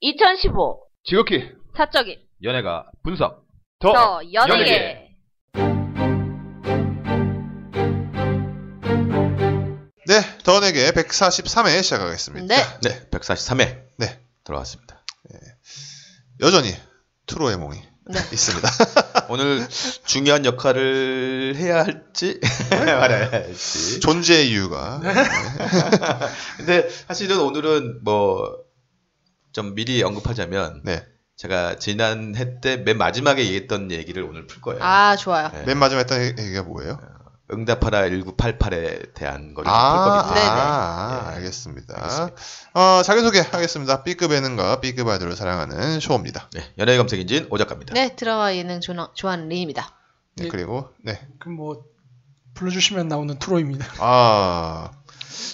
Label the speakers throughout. Speaker 1: 2015
Speaker 2: 지극히
Speaker 1: 사적인
Speaker 3: 연예가 분석.
Speaker 4: 어,
Speaker 2: 더
Speaker 1: 저 연예계
Speaker 2: 연예계.
Speaker 5: 네, 더원에게 143회 시작하겠습니다.
Speaker 1: 네.
Speaker 4: 네, 143회.
Speaker 5: 네.
Speaker 4: 들어왔습니다. 네.
Speaker 5: 여전히 트로의 몽이
Speaker 1: 네.
Speaker 5: 있습니다.
Speaker 4: 오늘 중요한 역할을 해야 할지 말아야 할지.
Speaker 5: 존재의 이유가
Speaker 4: 근데 사실은 오늘은 뭐 좀 미리 언급하자면
Speaker 5: 네.
Speaker 4: 제가 지난 해 때 맨 마지막에 얘기했던 얘기를 오늘 풀 거예요.
Speaker 1: 아 좋아요
Speaker 4: 네.
Speaker 5: 맨 마지막 했던 얘기가 뭐예요?
Speaker 4: 응답하라 1988에 대한 걸
Speaker 5: 아,
Speaker 4: 풀 겁니다.
Speaker 5: 아,
Speaker 4: 네.
Speaker 5: 알겠습니다.
Speaker 4: 알겠습니다.
Speaker 5: 어, 자기소개 하겠습니다. B급 예능과 B급 아이돌을 사랑하는 쇼입니다.
Speaker 4: 네, 연예계 검색 인진 오작가입니다.
Speaker 1: 네 드라마 예능 조나, 조한 리입니다
Speaker 5: 네,
Speaker 6: 네.
Speaker 5: 그리고 네.
Speaker 6: 그럼 뭐 불러주시면 나오는 트로입니다.
Speaker 5: 아.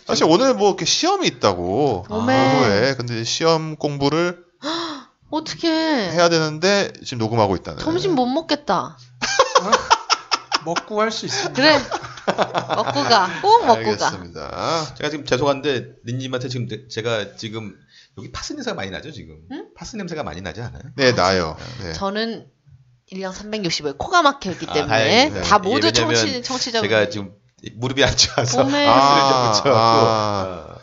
Speaker 5: 사실
Speaker 4: 네.
Speaker 5: 오늘 뭐 이렇게 시험이 있다고
Speaker 1: 오메
Speaker 5: 오후에 근데 시험 공부를
Speaker 1: 어떻게
Speaker 4: 네.
Speaker 5: 해야 되는데 지금 녹음하고 있다는
Speaker 1: 점심 못 먹겠다
Speaker 6: 어? 먹고 할 수 있습니다.
Speaker 1: 그래 먹고 가꼭 먹고 가
Speaker 5: 알겠습니다.
Speaker 4: 제가 지금 죄송한데 린님한테 지금 내- 제가 지금 여기 파스 냄새가 많이 나죠 지금? 파스 냄새가 많이 나지 않아요?
Speaker 5: 네, 나요. 네.
Speaker 1: 저는 1년 365일 코가 막혀있기
Speaker 4: 아,
Speaker 1: 때문에
Speaker 4: 다행이네요.
Speaker 1: 다 모두
Speaker 4: 예, 왜냐면
Speaker 1: 청취, 청취자분
Speaker 4: 제가 지금 무릎이 안 좋아서
Speaker 1: 오메
Speaker 5: 아,
Speaker 4: 파스를 좀
Speaker 5: 아.
Speaker 4: 붙여갖고 어.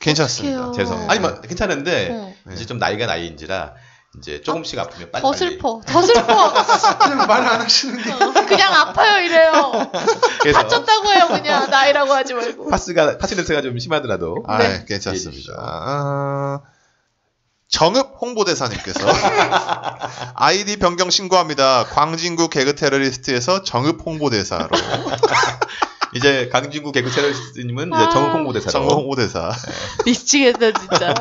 Speaker 5: 괜찮습니다.
Speaker 1: 어떡해요.
Speaker 4: 죄송. 아니 뭐 괜찮은데
Speaker 1: 어.
Speaker 5: 네.
Speaker 4: 이제 좀 나이가 나이인지라 이제 조금씩 아프면 빨리
Speaker 1: 더 슬퍼 더 슬퍼
Speaker 6: 그냥 말 안 하시는 게
Speaker 1: 어, 그냥 아파요 이래요
Speaker 4: 빨리. 그래서
Speaker 1: 다쳤다고 해요 그냥 나이라고 하지 말고
Speaker 4: 파스가 파스 냄새가 좀 심하더라도 예,
Speaker 5: 아,
Speaker 1: 네.
Speaker 5: 네,
Speaker 4: 이해해
Speaker 5: 괜찮습니다.
Speaker 4: 주시죠.
Speaker 5: 아, 정읍 홍보대사님께서 아이디 변경 신고합니다. 광진구 개그 테러리스트에서 정읍 홍보대사로
Speaker 4: 이제 강진구 개그 채널님은
Speaker 1: 아.
Speaker 4: 이제 정우 홍보대사로
Speaker 5: 정읍 홍보대사
Speaker 1: 미치겠다 진짜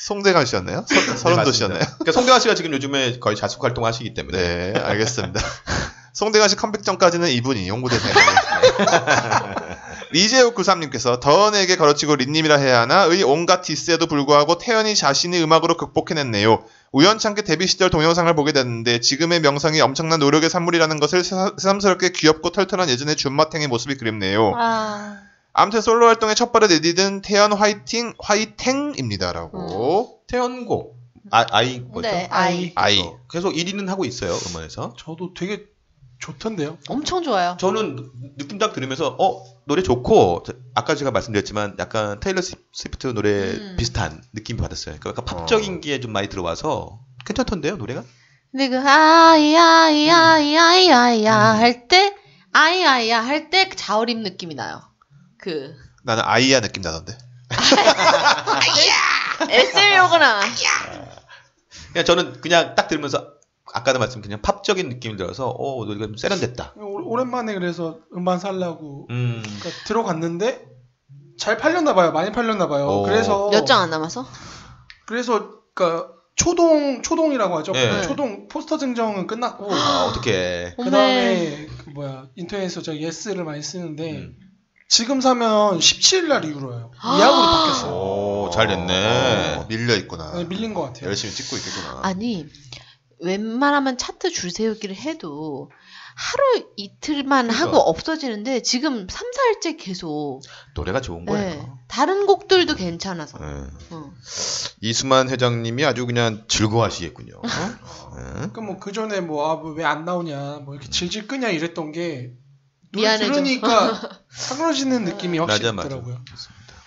Speaker 5: 송대관 씨였나요? 서-
Speaker 4: 네,
Speaker 5: 서른도
Speaker 4: 맞습니다.
Speaker 5: 씨였나요?
Speaker 4: 그러니까 송대화 씨가 지금 요즘에 거의 자숙 활동하시기 때문에
Speaker 5: 네, 알겠습니다. 송대관 씨 컴백 전까지는 이분이 홍보대사예요. 리제오 93님께서 더원에게 걸어치고 린님이라 해야 하나의 온갖 디스에도 불구하고 태연이 자신이 음악으로 극복해냈네요. 우연찮게 데뷔 시절 동영상을 보게 됐는데 지금의 명성이 엄청난 노력의 산물이라는 것을 새- 새삼스럽게 귀엽고 털털한 예전의 준마탱의 모습이 그립네요.
Speaker 1: 아
Speaker 5: 암튼 솔로 활동의 첫 발을 내디딘 태연 화이팅 화이팅입니다라고.
Speaker 4: 태연고 아, 아이 뭐죠?
Speaker 1: 네, 아이.
Speaker 5: 아이.
Speaker 4: 어, 계속 1위는 하고 있어요 음원에서
Speaker 6: 저도 되게 좋던데요.
Speaker 1: 엄청 좋아요
Speaker 4: 저는 느낌 딱 들으면서 어 노래 좋고 저- 아까 제가 말씀드렸지만 약간 테일러 스- 스위프트 노래
Speaker 1: 음.
Speaker 4: 비슷한 느낌 받았어요. 그러니까 약간 팝적인 게 좀 많이 들어와서 괜찮던데요 노래가?
Speaker 1: 근데 그 아이아이아이아이아이아이야 할 때 아이아이야 할 때 자어림 느낌이 나요. 그
Speaker 5: 나는 아이야 느낌 나던데.
Speaker 1: SM이구나.
Speaker 4: 그냥 저는 그냥 딱 들으면서 아까도 말씀 그냥 팝적인 느낌이 들어서 어 노래가 좀 세련됐다.
Speaker 6: 오- 오랜만에 그래서 음반 살라고
Speaker 4: 음.
Speaker 6: 그러니까 들어갔는데 잘 팔렸나 봐요. 많이 팔렸나 봐요.
Speaker 4: 오.
Speaker 6: 그래서
Speaker 1: 몇 장 안 남아서?
Speaker 6: 그래서 그러니까 초동 초동이라고 하죠.
Speaker 4: 예.
Speaker 6: 그 초동 포스터 증정은 끝났고
Speaker 4: 아 어떻게?
Speaker 1: 네. 어메.
Speaker 6: 그다음에 그 뭐야 인터넷에서 저 예스를 많이
Speaker 1: 네.
Speaker 6: 쓰는데
Speaker 4: 음.
Speaker 6: 지금 사면 17일 날 이후로요.
Speaker 1: 아.
Speaker 6: 예약으로 바뀌었어요.
Speaker 4: 음. 오잘
Speaker 5: 어,
Speaker 4: 됐네.
Speaker 5: 밀려 있구나.
Speaker 6: 네, 밀린 것 같아요.
Speaker 5: 열심히 찍고 있겠구나.
Speaker 1: 아니 웬만하면 차트 줄 세우기를 해도 하루 이틀만
Speaker 4: 그러니까.
Speaker 1: 하고 없어지는데 지금 3, 4일째 계속
Speaker 4: 노래가 좋은
Speaker 1: 네.
Speaker 4: 거예요.
Speaker 1: 다른 곡들도 괜찮아서
Speaker 5: 네. 예.
Speaker 4: 음.
Speaker 1: 어.
Speaker 4: 이수만 회장님이 아주 그냥 즐거워하시겠군요.
Speaker 5: 어? 예.
Speaker 4: 음.
Speaker 6: 그러니까 뭐그 전에 뭐 아 왜 안 나오냐 뭐 이렇게 질질 끄냐 이랬던 게 노래
Speaker 1: 미안해져.
Speaker 6: 들으니까 사그러지는 느낌이 확실히
Speaker 4: 맞아, 맞아.
Speaker 6: 있더라고요.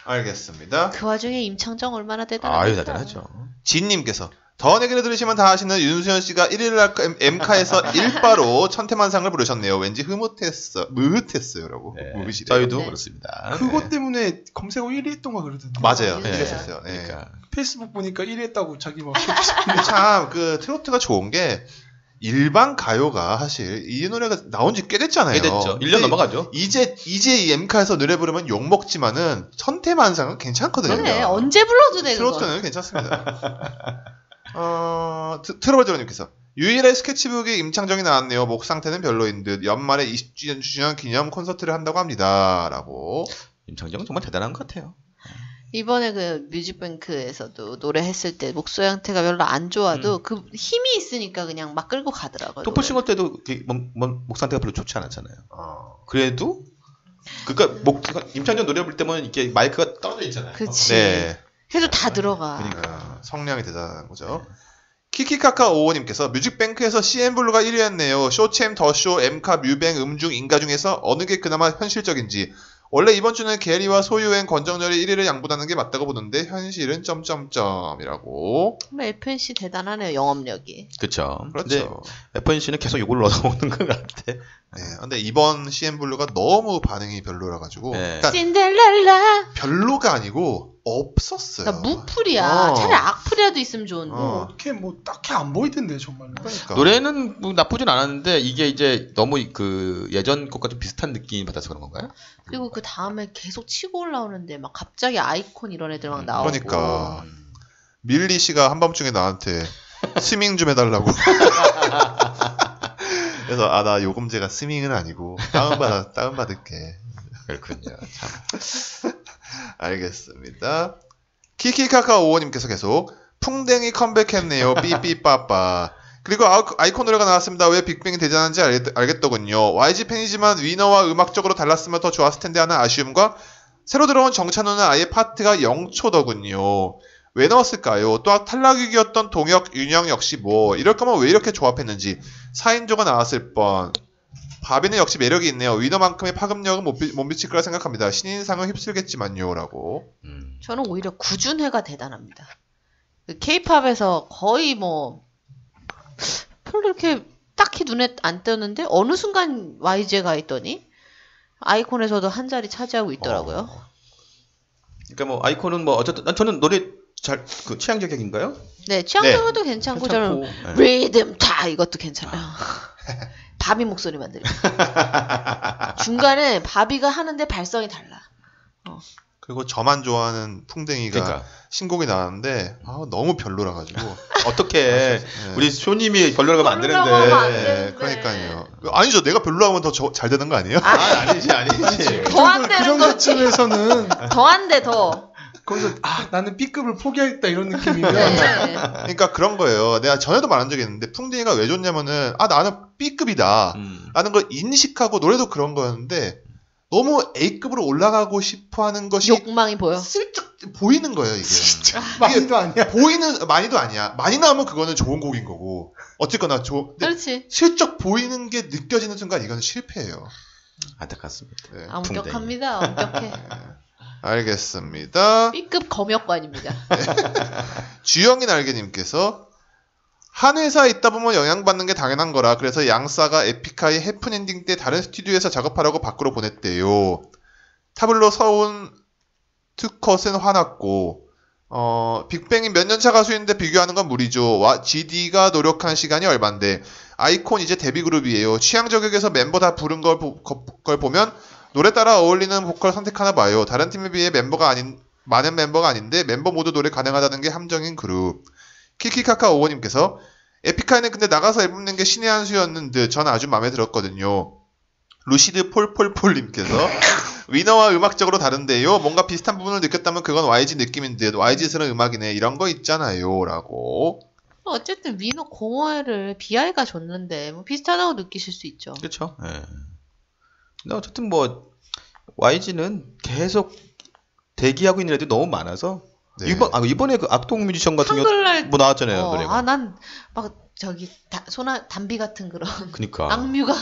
Speaker 5: 알겠습니다.
Speaker 1: 그 와중에 임창정 얼마나 대단한가
Speaker 4: 아유 대단하죠.
Speaker 5: 진님께서 더내기를 들으시면 다 아시는 윤수현 씨가 1일 날 M카에서 일바로 천태만상을 부르셨네요. 왠지 흐뭇했어, 흐뭇했어요라고
Speaker 4: 네.
Speaker 5: 무비시래.
Speaker 4: 저희도
Speaker 1: 네.
Speaker 4: 아, 그렇습니다.
Speaker 6: 그것 때문에 검색어 1위 했던가 그러던데.
Speaker 5: 맞아요.
Speaker 1: 네.
Speaker 5: 이랬었어요. 네.
Speaker 4: 그러니까
Speaker 6: 페이스북 보니까 1위 했다고 자기 막
Speaker 5: 근데 참 그 트로트가 좋은 게 일반 가요가 사실 이 노래가 나온 지 꽤
Speaker 4: 꽤
Speaker 5: 됐잖아요.
Speaker 4: 됐죠. 네. 1년
Speaker 5: 근데
Speaker 4: 넘어가죠.
Speaker 5: 이제 이제 이 M카에서 노래 부르면 욕 먹지만은 천태만상은 괜찮거든요.
Speaker 1: 네, 그래 언제 불러도 되는 거
Speaker 5: 트로트는 괜찮습니다. 어, 트- 트러블저님께서 유일의 스케치북이 임창정이 나왔네요. 목 상태는 별로인 듯 연말에 20주년 기념 콘서트를 한다고 합니다.라고.
Speaker 4: 임창정 정말 대단한 것 같아요.
Speaker 1: 이번에 그 뮤직뱅크에서도 노래했을 때 목소리 형태가 별로 안 좋아도
Speaker 5: 음.
Speaker 1: 그 힘이 있으니까 그냥 막 끌고 가더라고요.
Speaker 4: 토플싱어 때도 그게 몸- 몸- 목 상태가 별로 좋지 않았잖아요. 그러니까 그래도 그니까 목 임창정 노래 부를 때면 이렇게 마이크가 떨어져 있잖아요.
Speaker 1: 그치.
Speaker 5: 네.
Speaker 1: 그래도 다 들어가.
Speaker 5: 그러니까 성량이 대단한 거죠. 키키카카 오오님께서 뮤직뱅크에서 CN블루가 1위였네요. 쇼챔, 더쇼, 엠카, 뮤뱅, 음중, 인가 중에서 어느 게 그나마 현실적인지. 원래 이번 주는 게리와 소유엔 권정열이 1위를 양보하는 게 맞다고 보는데 현실은 점점점이라고.
Speaker 1: 정말 FNC 대단하네요 영업력이.
Speaker 4: 그렇죠.
Speaker 5: 그렇죠.
Speaker 4: FNC는 계속 욕을 얻어먹는 것 같아.
Speaker 5: 네, 근데 이번 CN블루가 너무 반응이 별로라 가지고
Speaker 4: 네.
Speaker 5: 그러니까
Speaker 1: 신데렐라.
Speaker 5: 별로가 아니고 없었어요.
Speaker 1: 그러니까 무풀이야.
Speaker 5: 네. 어.
Speaker 1: 차라리 악풀이라도 있으면 좋은데.
Speaker 5: 어.
Speaker 6: 어떻게 뭐 딱히 안 보이던데 정말로.
Speaker 5: 그러니까.
Speaker 4: 노래는 뭐 나쁘진 않았는데 이게 이제 너무 그 예전 것과 좀 비슷한 느낌이 받아서 그런 건가요?
Speaker 1: 그리고 그 다음에 계속 치고 올라오는데 막 갑자기 아이콘 이런 애들 막
Speaker 4: 음,
Speaker 1: 나오고.
Speaker 5: 그러니까. 밀리 씨가 한밤중에 나한테 스밍 좀 해달라고. 그래서 아 나 요금제가 스밍은 아니고 다운받아 다운받을게.
Speaker 4: 그렇군요.
Speaker 5: 알겠습니다. 키키카카오님께서 계속 풍뎅이 컴백했네요. 삐삐빠빠. 그리고 아이콘 노래가 나왔습니다. 왜 빅뱅이 대단한지 알겠, 더군요 YG 팬이지만 위너와 음악적으로 달랐으면 더 좋았을 텐데 하는 아쉬움과 새로 들어온 정찬우는 아예 파트가 0초더군요. 왜 넣었을까요? 또 탈락위기였던 동혁, 윤영 역시 뭐 이럴 거면 왜 이렇게 조합했는지 4인조가 나왔을 뻔. 바비는 역시 매력이 있네요. 위너만큼의 파급력은 못, 비- 못 미칠 거라 생각합니다. 신인상은 휩쓸겠지만요. 라고.
Speaker 4: 음.
Speaker 1: 저는 오히려 구준회가 대단합니다. 그 케이팝에서 거의 뭐 별로 이렇게 딱히 눈에 안 띄었는데 어느 순간 YG가 있더니 아이콘에서도 한 자리 차지하고 있더라고요.
Speaker 4: 어. 그러니까 뭐 아이콘은 뭐 어쨌든 난 저는 노래 잘 그 취향 저격인가요?
Speaker 1: 네, 취향적으로도 괜찮고 저는
Speaker 4: 네.
Speaker 1: 리듬 타 이것도 괜찮아요. 바비 목소리만 들려. 중간에 바비가 하는데 발성이 달라.
Speaker 5: 그리고 저만 좋아하는 풍뎅이가
Speaker 4: 그러니까
Speaker 5: 신곡이 나왔는데 아, 너무 별로라 가지고
Speaker 4: 어떻게 우리 쇼님이 별로라고 하면 안
Speaker 1: 별로라고 하면 안
Speaker 4: 되는데.
Speaker 1: 돼.
Speaker 5: 네, 그러니까요. 아니죠. 내가 별로하면 더 잘 되는 거 아니에요?
Speaker 4: 아 아니지 아니지.
Speaker 1: 더 안
Speaker 6: 그
Speaker 1: 되는 거지.
Speaker 6: 정도쯤에서는
Speaker 1: 더 안 돼 더.
Speaker 6: 거기서 아 나는 B급을 포기하겠다 이런
Speaker 1: 네.
Speaker 6: 느낌이면
Speaker 5: 그러니까 그런 거예요. 내가 전에도 말한 적이 있는데 풍뎅이가 왜 좋냐면은 아 나는 B급이다.
Speaker 4: 음.
Speaker 5: 라는 걸 인식하고 노래도 그런 거였는데 너무 A급으로 올라가고 싶어 하는 것이
Speaker 1: 욕망이 보여.
Speaker 5: 네. 슬쩍 보이는 거예요, 이게. 그러니까
Speaker 6: 많이도 아니야.
Speaker 5: 보이는 많이도 아니야. 많이 나오면 그거는 좋은 곡인 거고. 어쨌거나 좋. 근데
Speaker 1: 그렇지.
Speaker 5: 실적 보이는 게 느껴지는 순간 이건 실패예요.
Speaker 4: 안타깝습니다.
Speaker 5: 네.
Speaker 1: 아, 엄격합니다. 엄격해.
Speaker 5: 알겠습니다.
Speaker 1: B급 검역관입니다.
Speaker 5: 주영이 날개님께서 한 회사에 있다 보면 영향받는 게 당연한 거라 그래서 양사가 에픽하이 해프엔딩 때 다른 스튜디오에서 작업하라고 밖으로 보냈대요. 타블로 서운 투컷은 화났고 어, 빅뱅이 몇 년차 가수인데 비교하는 건 무리죠. 와, GD가 노력한 시간이 얼만데 아이콘 이제 데뷔 그룹이에요. 취향 저격에서 멤버 다 부른 걸, 보, 거- 걸 보면 노래 따라 어울리는 보컬 선택하나 봐요. 다른 팀에 비해 멤버가 아닌 많은 멤버가 아닌데 멤버 모두 노래 가능하다는 게 함정인 그룹. 키키카카 오호님께서 에픽하이는 근데 나가서 앨범 낸 게 신의 한 수였는 듯 전 아주 마음에 들었거든요. 루시드 폴폴폴님께서 위너와 음악적으로 다른데요. 뭔가 비슷한 부분을 느꼈다면 그건 YG 느낌인 듯 YG스러운 음악이네 이런 거 있잖아요. 라고
Speaker 1: 어쨌든 위너 공허회를 BI가 줬는데 뭐 비슷하다고 느끼실 수 있죠.
Speaker 4: 그렇죠. 예. 근데 어쨌든 뭐 YG는 계속 대기하고 있는 애들이 너무 많아서
Speaker 5: 네.
Speaker 4: 이번 아 이번에 그 악동 뮤지션 같은 경우
Speaker 1: 한글날
Speaker 4: 뭐 나왔잖아요
Speaker 1: 어,
Speaker 4: 노래가.
Speaker 1: 아난 막 저기 다, 소나 담비 같은 그런
Speaker 4: 그니까.
Speaker 1: 악뮤가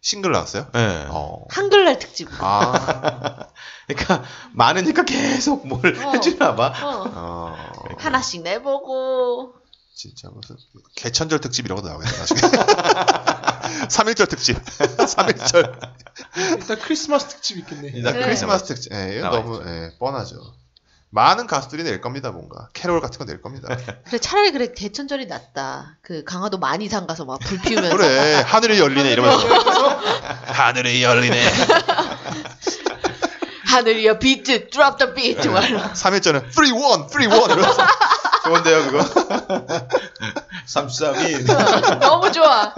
Speaker 5: 싱글 나왔어요?
Speaker 4: 예.
Speaker 5: 어.
Speaker 1: 한글날 특집.
Speaker 5: 아.
Speaker 4: 그러니까 많으니까 계속 뭘
Speaker 1: 어.
Speaker 4: 해주나 봐.
Speaker 1: 어.
Speaker 5: 어.
Speaker 1: 하나씩 내보고
Speaker 5: 진짜 무슨 개천절 특집 이런 거 나오겠다 나중에. 3일절 특집. 3일절.
Speaker 6: 일단 크리스마스 특집 있겠네.
Speaker 4: 일단
Speaker 1: 네.
Speaker 5: 크리스마스 특집. 예, 이건
Speaker 4: 나와
Speaker 5: 너무 예, 뻔하죠. 많은 가수들이 낼 겁니다, 뭔가. 캐롤 같은 거 낼 겁니다.
Speaker 1: 그래 차라리 그래 대천절이 낫다. 그 강화도 만이산 가서 막 불 피우면서
Speaker 5: 그래, 하늘이 열리네 이러면서.
Speaker 1: 네.
Speaker 5: 하늘이 열리네.
Speaker 1: 하늘이여 비트 드랍 더 비트 말로
Speaker 5: 3일 전에 free one, free one 이러면서.
Speaker 4: 좋은데요 그거. 33이
Speaker 1: 너무 좋아.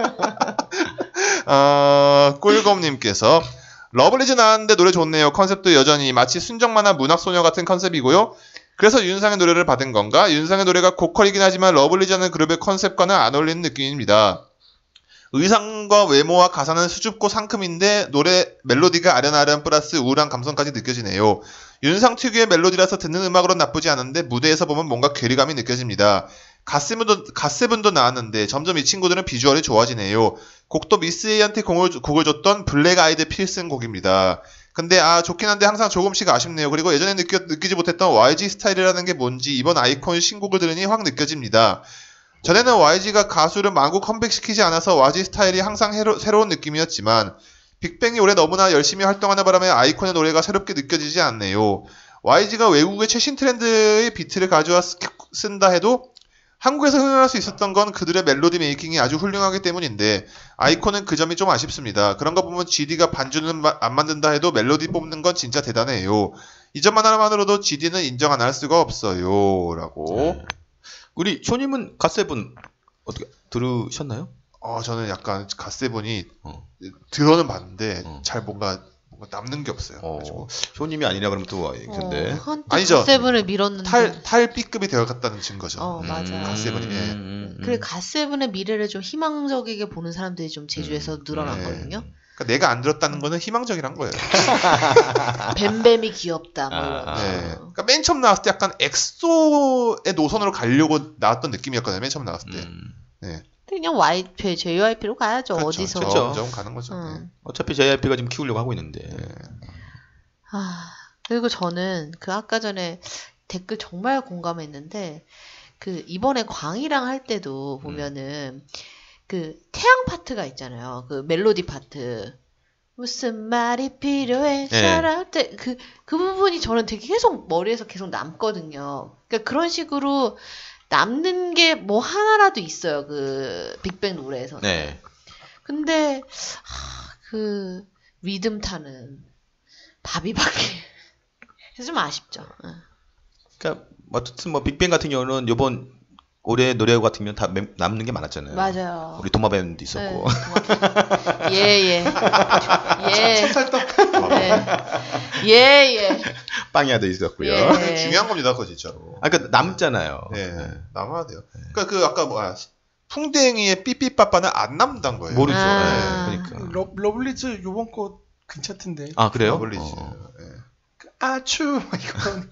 Speaker 5: 아, 꿀검님께서 러블리즈 나왔는데 노래 좋네요. 컨셉도 여전히 마치 순정만화 문학소녀 같은 컨셉이고요. 그래서 윤상의 노래를 받은 건가? 윤상의 노래가 고퀄이긴 하지만 러블리즈라는 그룹의 컨셉과는 안 어울리는 느낌입니다. 의상과 외모와 가사는 수줍고 상큼인데 노래 멜로디가 아련아련 플러스 우울한 감성까지 느껴지네요. 윤상 특유의 멜로디라서 듣는 음악으로 나쁘지 않은데 무대에서 보면 뭔가 괴리감이 느껴집니다. 갓세븐도, 갓세븐도 나왔는데 점점 이 친구들은 비주얼이 좋아지네요. 곡도 미스에이한테 공을, 곡을 줬던 블랙 아이드 필승 곡입니다. 근데 아 좋긴 한데 항상 조금씩 아쉽네요. 그리고 예전에 느껴, 느끼지 못했던 YG 스타일이라는 게 뭔지 이번 아이콘 신곡을 들으니 확 느껴집니다. 전에는 YG가 가수를 마구 컴백시키지 않아서 YG 스타일이 항상 해로- 새로운 느낌이었지만 빅뱅이 올해 너무나 열심히 활동하는 바람에 아이콘의 노래가 새롭게 느껴지지 않네요. YG가 외국의 최신 트렌드의 비트를 가져와 쓰- 쓴다 해도 한국에서 흥행할 수 있었던 건 그들의 멜로디 메이킹이 아주 훌륭하기 때문인데 아이콘은 그 점이 좀 아쉽습니다. 그런 거 보면 GD가 반주는 마- 안 만든다 해도 멜로디 뽑는 건 진짜 대단해요. 이 점만 하나만으로도 GD는 인정 안 할 수가 없어요. 라고.
Speaker 4: 우리 쇼님은 갓세븐 어떻게 들으셨나요?
Speaker 5: 어, 저는 약간 갓세븐이
Speaker 4: 어.
Speaker 5: 들어는 봤는데
Speaker 4: 어.
Speaker 5: 잘 뭔가, 뭔가 남는 게 없어요.
Speaker 4: 어,
Speaker 5: 그래가지고
Speaker 4: 쇼님이 아니라 그러면 또 근데
Speaker 5: 아니죠.
Speaker 1: 아니죠. 어, 세븐을 밀었는데.
Speaker 5: 탈, 탈 B급이 되어 갔다는 증거죠.
Speaker 1: 음.
Speaker 4: 음,
Speaker 1: 어, 맞아.
Speaker 5: 갓세븐이, 예.
Speaker 1: 음. 그래 갓세븐의 미래를 좀 희망적이게 보는 사람들이 좀 제주에서
Speaker 4: 음, 네.
Speaker 1: 늘어났거든요.
Speaker 5: 그러니까 내가 안 들었다는 거는 희망적이란 거예요.
Speaker 1: 뱀뱀이 귀엽다. 뭐 이런.
Speaker 4: 아,
Speaker 1: 거.
Speaker 5: 네. 그러니까 맨 처음 나왔을 때 약간 엑소의 노선으로 가려고 나왔던 느낌이었거든요. 맨 처음 나왔을
Speaker 1: 네.
Speaker 5: 때. 네.
Speaker 4: 음.
Speaker 1: 그냥 YP, JYP로 가야죠.
Speaker 5: 그렇죠.
Speaker 1: 어디서.
Speaker 4: 그렇죠.
Speaker 5: 점점 가는 거죠.
Speaker 1: 음.
Speaker 4: 어차피 JYP가 지금 키우려고 하고 있는데.
Speaker 5: 네. 네.
Speaker 1: 아, 그리고 저는 그 아까 전에 댓글 정말 공감했는데, 그 이번에 광희랑 할 때도 보면은, 그 태양 파트가 있잖아요. 그 멜로디 파트. 무슨 말이 필요해,
Speaker 4: 네.
Speaker 1: 사랑 때, 그, 그 부분이 저는 되게 계속 머리에서 계속 남거든요. 그러니까 그런 식으로 남는 게 뭐 하나라도 있어요. 그 빅뱅 노래에서는.
Speaker 4: 네.
Speaker 1: 근데 하, 그 리듬 타는 바비밖에 그래서 좀 아쉽죠. 응.
Speaker 4: 그러니까 어쨌든 뭐 빅뱅 같은 경우는 이번 올해 노래 같은 경우는 다 맴- 남는 게
Speaker 6: 네.
Speaker 4: 많았잖아요.
Speaker 1: 맞아요.
Speaker 4: 우리 도마뱀도 있었고.
Speaker 1: 네, 예예
Speaker 5: 네.
Speaker 1: 예예예
Speaker 5: 찰떡.
Speaker 1: 예, 예.
Speaker 4: 빵야도 있었고요.
Speaker 1: 예.
Speaker 5: 그게 중요한 겁니다, 그거 진짜로.
Speaker 4: 어. 아, 그러니까 남잖아요.
Speaker 5: 네. 남아야 돼요. 그러니까 그 아까 뭐야. 풍뎅이의 삐삐빠빠는 안 남단 거예요.
Speaker 4: 모르죠.
Speaker 1: 아.
Speaker 4: 네, 그러니까.
Speaker 6: 러, 러블리즈 요번 거 괜찮던데.
Speaker 4: 아 그래요?
Speaker 5: 러블리즈.
Speaker 4: 어.
Speaker 5: 예.
Speaker 6: 아, 추! 막 이건.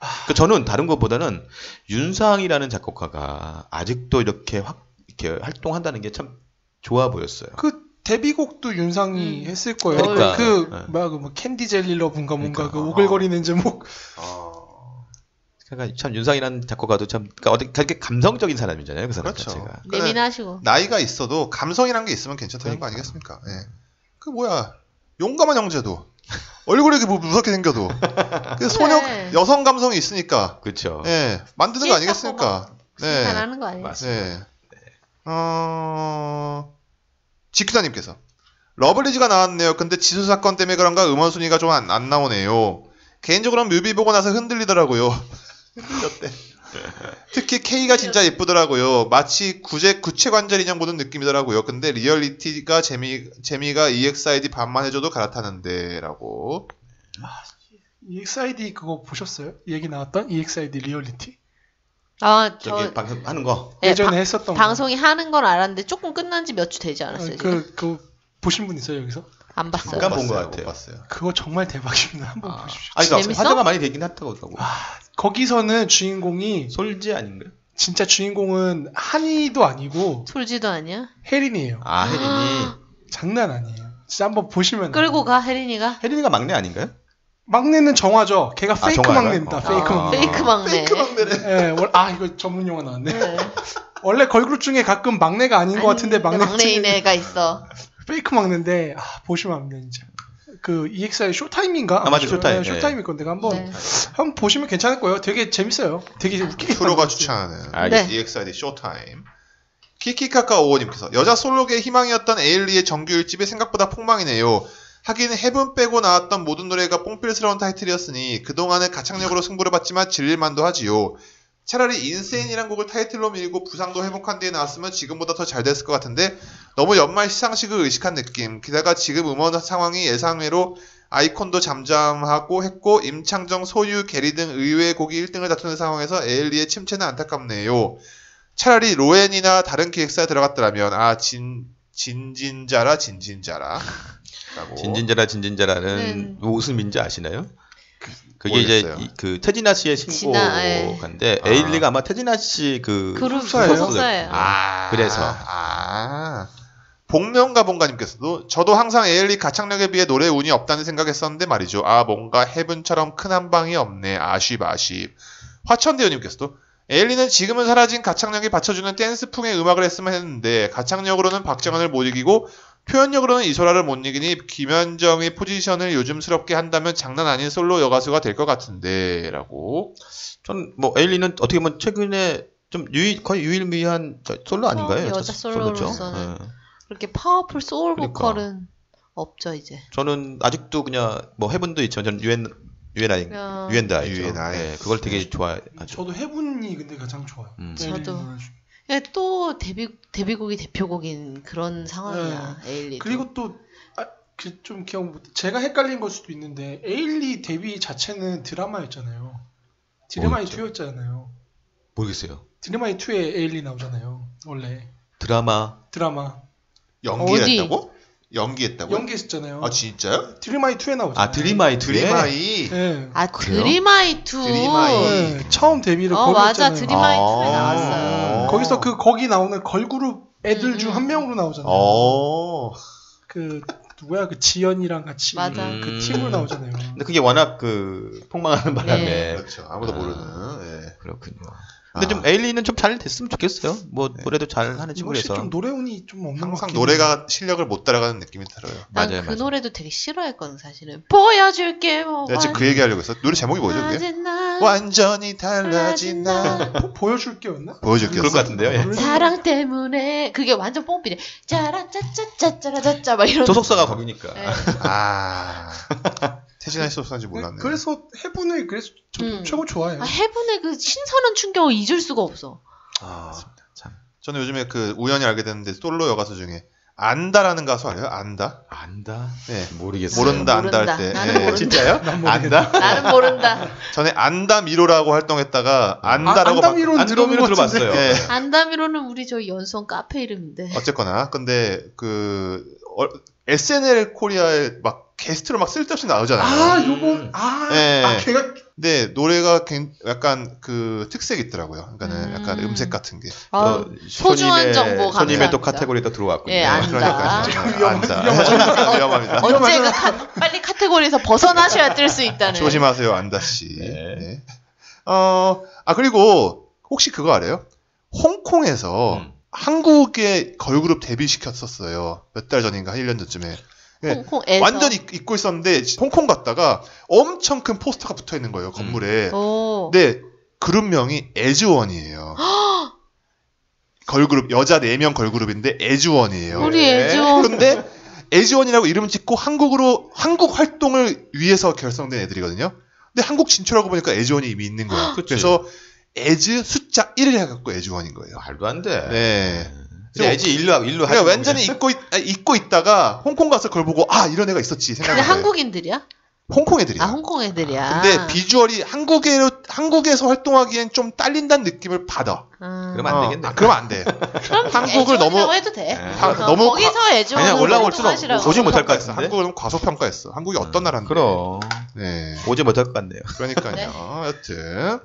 Speaker 4: 그러니까 저는 다른 것보다는 윤상이라는 작곡가가 아직도 이렇게 확 이렇게 활동한다는 게 참 좋아 보였어요.
Speaker 6: 그 데뷔곡도 윤상이
Speaker 1: 음.
Speaker 6: 했을 거예요.
Speaker 1: 그러니까.
Speaker 6: 그,
Speaker 4: 네.
Speaker 6: 뭐야, 그뭐 캔디 젤리러분가 뭔가
Speaker 4: 그러니까.
Speaker 6: 그 오글거리는 제목.
Speaker 4: 아.
Speaker 5: 어.
Speaker 4: 그러니까 참 윤상이라는 작곡가도 참 그러니까 어떻게 그렇게 감성적인 사람이잖아요, 그 사람
Speaker 5: 그렇죠.
Speaker 4: 자체가.
Speaker 1: 예민하시고
Speaker 5: 나이가 있어도 감성이란 게 있으면 괜찮다는 거 아니겠습니까? 예. 그 뭐야 용감한 형제도 얼굴이 이렇게 무- 무섭게 생겨도 그 소녀
Speaker 1: 그래.
Speaker 5: 여성 감성이 있으니까
Speaker 4: 그렇죠.
Speaker 5: 예 만드는 거 아니겠습니까? 네.
Speaker 1: 잘하는 거 아니에요?
Speaker 4: 맞-
Speaker 5: 네. 어 지큐다님께서 러블리즈가 나왔네요. 근데 지수 사건 때문에 그런가 음원 순위가 좀 안 나오네요. 개인적으로 뮤비 보고 나서 흔들리더라고요. 흔들렸대. 특히 K가 진짜 예쁘더라고요. 마치 구제 구체 관절 인형 보는 느낌이더라고요. 근데 리얼리티가 재미 재미가 EXID 반만 해줘도 갈아타는데라고.
Speaker 6: EXID 그거 보셨어요? 얘기 나왔던 EXID 리얼리티?
Speaker 1: 아, 저
Speaker 4: 저기 방송 하는 거.
Speaker 1: 예,
Speaker 6: 예전에
Speaker 1: 방-
Speaker 6: 했었던
Speaker 1: 방송이 하는 건 알았는데 조금 끝난 지 몇 주 되지
Speaker 6: 거.
Speaker 1: 않았어요.
Speaker 6: 아,
Speaker 1: 지금
Speaker 6: 그, 그, 보신 분 있어요, 여기서?
Speaker 1: 안 봤어요.
Speaker 4: 잠깐
Speaker 5: 못
Speaker 4: 본것
Speaker 5: 봤어요, 못
Speaker 4: 같아요.
Speaker 5: 봤어요.
Speaker 6: 그거 정말 대박입니다. 한번
Speaker 4: 아,
Speaker 6: 보십시오.
Speaker 4: 아니, 그러니까
Speaker 1: 재밌어?
Speaker 4: 화제가 많이 되긴 했다고 하더라고.
Speaker 6: 거기서는 주인공이
Speaker 4: 솔지 아닌가요?
Speaker 6: 진짜 주인공은 한이도 아니고
Speaker 1: 솔지도 아니야?
Speaker 6: 혜린이에요.
Speaker 4: 아 혜린이.
Speaker 6: 장난 아니에요. 진짜 한번 보시면
Speaker 1: 끌고 가 혜린이가
Speaker 4: 혜린이가 막내 아닌가요?
Speaker 6: 막내는 정화죠. 걔가 페이크
Speaker 4: 정화인가요?
Speaker 6: 막내입니다.
Speaker 4: 어.
Speaker 6: 페이크
Speaker 1: 아,
Speaker 6: 막내.
Speaker 1: 페이크 막내.
Speaker 6: 예, 월- 아 이거 전문 용어 나왔네.
Speaker 1: 네.
Speaker 6: 원래 걸그룹 중에 가끔 막내가 아닌 것 같은데 막내
Speaker 1: 막내인
Speaker 6: 같은
Speaker 1: 애가 있어.
Speaker 6: 페이크 막내인데 아, 보시면 압니다 진짜. 그 EXI 쇼타임인가?
Speaker 4: 아, 맞아요, 쇼타임. 예.
Speaker 6: 쇼타임일 건데 한번
Speaker 1: 네.
Speaker 6: 한번 보시면 괜찮을 거예요. 되게 재밌어요.
Speaker 4: 아,
Speaker 6: 되게 웃기게
Speaker 5: 프로가
Speaker 6: 만들었어요.
Speaker 5: 추천하는
Speaker 4: 알겠습니다.
Speaker 5: EXID 쇼타임. 키키카카오님께서 여자 솔로계의 희망이었던 에일리의 정규 1집이 생각보다 폭망이네요. 하긴 헤븐 빼고 나왔던 모든 노래가 뽕필스러운 타이틀이었으니 그동안의 가창력으로 승부를 봤지만 질릴만도 하지요. 차라리 인세인이란 곡을 타이틀로 밀고 부상도 회복한 뒤에 나왔으면 지금보다 더 잘 됐을 것 같은데 너무 연말 시상식을 의식한 느낌. 게다가 지금 음원 상황이 예상외로 아이콘도 잠잠하고 했고 임창정, 소유, 게리 등 의외의 곡이 1등을 다투는 상황에서 에일리의 침체는 안타깝네요. 차라리 로엔이나 다른 기획사에 들어갔더라면 아 진, 진진자라 진진자라. 라고.
Speaker 4: 진진자라 진진자라는
Speaker 1: 음.
Speaker 4: 무슨 민지 아시나요? 그게
Speaker 5: 모르겠어요.
Speaker 4: 이제 이- 그 태진아 씨의
Speaker 1: 진아, 예.
Speaker 4: 신곡인데
Speaker 5: 아.
Speaker 4: 에일리가 아마 태진아 씨그
Speaker 1: 그룹
Speaker 6: 소속사예요?
Speaker 1: 소속사예요.
Speaker 5: 아
Speaker 4: 그래서.
Speaker 5: 아 복면가 본가님께서도 저도 항상 에일리 가창력에 비해 노래 운이 없다는 생각했었는데 말이죠. 아 뭔가 해븐처럼 큰 한 방이 없네. 아쉽 아쉽. 화천대유님께서도 에일리는 지금은 사라진 가창력이 받쳐주는 댄스풍의 음악을 했으면 했는데 가창력으로는 박정현을 못 이기고 표현력으로는 이소라를 못 이기니 김현정의 포지션을 요즘스럽게 한다면 장난 아닌 솔로 여가수가 될 것 같은데라고
Speaker 4: 전뭐 에일리는 어떻게 보면 최근에 좀 유일 거의 유일무이한 저- 솔로 아닌가요?
Speaker 1: 어, 여자
Speaker 4: 저-
Speaker 1: 솔로로서는.
Speaker 4: 예.
Speaker 1: 그렇게 파워풀 소울
Speaker 4: 그러니까.
Speaker 1: 보컬은 없죠 이제.
Speaker 4: 저는 아직도 그냥 뭐 해본도 있지만 전 유엔 유엔아이
Speaker 1: 야.
Speaker 4: 유엔다이 네.
Speaker 5: UNI.
Speaker 4: 그걸 되게 좋아하죠.
Speaker 6: 저도 해분이 근데 가장 좋아요. 네,
Speaker 4: 음.
Speaker 6: 에일리
Speaker 1: 네. 저도.
Speaker 6: 노래 중에.
Speaker 1: 예, 또 데뷔 데뷔곡이 대표곡인 그런 상황이야 에일리.
Speaker 6: 그리고 또 아, 그, 좀 기억 못. 제가 헷갈린 걸 수도 있는데 에일리 데뷔 자체는 드라마였잖아요. 드라마의
Speaker 4: 뭐였죠?
Speaker 6: 2였잖아요.
Speaker 4: 모르겠어요.
Speaker 6: 드라마의 2에 에일리 나오잖아요. 원래
Speaker 4: 드라마
Speaker 6: 드라마
Speaker 5: 연기를
Speaker 1: 어디?
Speaker 5: 했다고? 연기했다고?
Speaker 6: 연기했었잖아요.
Speaker 5: 아 진짜요?
Speaker 6: 드림아이 2에 나오죠.
Speaker 4: 아 드림아이 드림아이
Speaker 5: 드림아이
Speaker 6: 예.
Speaker 1: 아
Speaker 4: 그래요?
Speaker 1: 드림아이 투.
Speaker 5: 드림아이.
Speaker 6: 예, 처음 데뷔를
Speaker 1: 어
Speaker 6: 거기
Speaker 1: 맞아
Speaker 6: 했잖아요.
Speaker 1: 드림아이 투에
Speaker 4: 아.
Speaker 1: 나왔어요.
Speaker 4: 어.
Speaker 6: 거기서 그 거기 나오는 걸그룹 애들
Speaker 1: 음,
Speaker 6: 중
Speaker 1: 음.
Speaker 6: 한 명으로 나오잖아요.
Speaker 5: 어.
Speaker 6: 그 누구야 그 지연이랑 같이
Speaker 1: 맞아.
Speaker 6: 그 팀으로 나오잖아요.
Speaker 4: 근데 그게 워낙 그 폭망하는 바람에
Speaker 1: 네.
Speaker 5: 그렇죠. 아무도
Speaker 4: 아.
Speaker 5: 모르는. 예.
Speaker 4: 그렇군요. 근데
Speaker 5: 아.
Speaker 4: 좀 에일리는 좀 잘 됐으면 좋겠어요. 뭐 노래도 잘 하는
Speaker 6: 이것이
Speaker 4: 친구라서
Speaker 6: 좀 노래 운이 좀 없는 것
Speaker 5: 항상
Speaker 6: 같긴 해요.
Speaker 5: 노래가 실력을 못 따라가는 느낌이 들어요.
Speaker 1: 난
Speaker 4: 맞아요,
Speaker 1: 그
Speaker 4: 맞아요.
Speaker 1: 노래도 되게 싫어했거든 사실은. 보여줄게 뭐.
Speaker 5: 내가 지금 그 얘기하려고 했어. 노래 제목이 뭐죠, 그게?
Speaker 1: 아직 난
Speaker 5: 완전히 달라진 나.
Speaker 6: 보- 보여줄게였나?
Speaker 5: 보여줄게요.
Speaker 4: 그럴 것 같은데요. 예.
Speaker 1: 사랑 때문에 그게 완전 뽕비네. 짜라짜짜짜짜라짜짜 막 이런.
Speaker 4: 소속사가 거기니까.
Speaker 1: 예.
Speaker 5: 아. 태진아 씨 없었는지
Speaker 6: 그-
Speaker 5: 몰랐네.
Speaker 6: 그래서 해분을 그래서 저-
Speaker 1: 음.
Speaker 6: 최고 좋아해요.
Speaker 1: 아, 해분의 그 신선한 충격을 잊을 수가 없어.
Speaker 4: 아, 참
Speaker 5: 저는 요즘에 그 우연히 알게 됐는데 솔로 여가수 중에 안다라는 가수 알아요? 안다?
Speaker 4: 안다
Speaker 5: 예.
Speaker 4: 네, 모르겠어요.
Speaker 5: 모른다 안다 할 때.
Speaker 1: 나는
Speaker 5: 예.
Speaker 1: 모른다.
Speaker 4: 진짜요?
Speaker 6: 난 모르겠다.
Speaker 4: 안다?
Speaker 1: 나는 모른다.
Speaker 5: 전에 안다 미로라고 활동했다가
Speaker 6: 아,
Speaker 5: 안다라고 바-
Speaker 6: 안담이론 들어본
Speaker 4: 안도미로
Speaker 6: 것 같은데.
Speaker 4: 들어봤어요.
Speaker 5: 예.
Speaker 1: 안다미로는 우리 저 연성 카페 이름인데.
Speaker 5: 어쨌거나 근데 그 어, SNL 코리아에 막 게스트로 막 쓸데없이 나오잖아요.
Speaker 6: 아, 요번 아,
Speaker 5: 예.
Speaker 6: 아 걔가
Speaker 5: 근데 노래가 굉- 약간 그 특색이 있더라고요. 그러니까는
Speaker 1: 음.
Speaker 5: 약간 음색 같은 게.
Speaker 1: 아, 소중한 정보 감사합니다.
Speaker 4: 어, 손님의 또 카테고리가 들어왔군요.
Speaker 1: 예, 안다.
Speaker 5: 그러니까
Speaker 6: 위험하다.
Speaker 5: 안다. 위험합니다.
Speaker 1: 언제가 아, 가- 빨리 카테고리에서 벗어나셔야 뜰 수 있다는.
Speaker 5: 조심하세요, 안다 씨.
Speaker 4: 네.
Speaker 5: 네. 어, 아 그리고 혹시 그거 알아요? 홍콩에서
Speaker 4: 음.
Speaker 5: 한국의 걸그룹 데뷔시켰었어요. 몇 달 전인가 1년 전쯤에. 예.
Speaker 1: 홍콩에서.
Speaker 5: 완전히 입- 입고 있었는데 홍콩 갔다가 엄청 큰 포스터가 붙어 있는
Speaker 4: 음.
Speaker 5: 거예요, 건물에.
Speaker 1: 오.
Speaker 5: 근데 그룹명이 에즈원이에요. 걸그룹 여자 4명 걸그룹인데 에즈원이에요. 네.
Speaker 1: 우리 애지원.
Speaker 5: 근데 에지원이라고 이름 짓고 한국으로 한국 활동을 위해서 결성된 애들이거든요. 근데 한국 진출하고 보니까 에지원이 이미 있는 거예요.
Speaker 4: 그치.
Speaker 5: 그래서 에즈 숫자 1을 해갖고 에지원인 거예요.
Speaker 4: 말도 안 돼.
Speaker 5: 네.
Speaker 4: 근데 애지 일로 일로
Speaker 5: 그러니까
Speaker 4: 하시는
Speaker 5: 완전히 잊고, 있, 다가 홍콩 가서 그걸 보고 아 이런 애가 있었지
Speaker 1: 근데
Speaker 5: 생각한 거예요.
Speaker 1: 한국인들이야?
Speaker 5: 홍콩 애들이야.
Speaker 1: 아 홍콩 아. 애들이야.
Speaker 5: 근데 비주얼이 한국에, 한국에서 활동하기엔 좀 딸린다는 느낌을 받아.
Speaker 1: 아.
Speaker 4: 그러면 안 되겠네.
Speaker 5: 아, 그러면 안 돼.
Speaker 1: 그럼
Speaker 5: 한국을
Speaker 1: 애지원이라고
Speaker 5: 너무-
Speaker 1: 해도 돼.
Speaker 4: 예.
Speaker 5: 아, 너무
Speaker 1: 거기서 애지원.
Speaker 4: 아니야, 올라올 수는 없고. 오지 못할 것 같은데. 음,
Speaker 5: 한국을 너무 과소평가했어. 한국이 어떤 나라인데?
Speaker 4: 그럼
Speaker 5: 네.
Speaker 4: 오지 못할 것 같네요.
Speaker 5: 그러니까요.
Speaker 1: 네.
Speaker 5: 여튼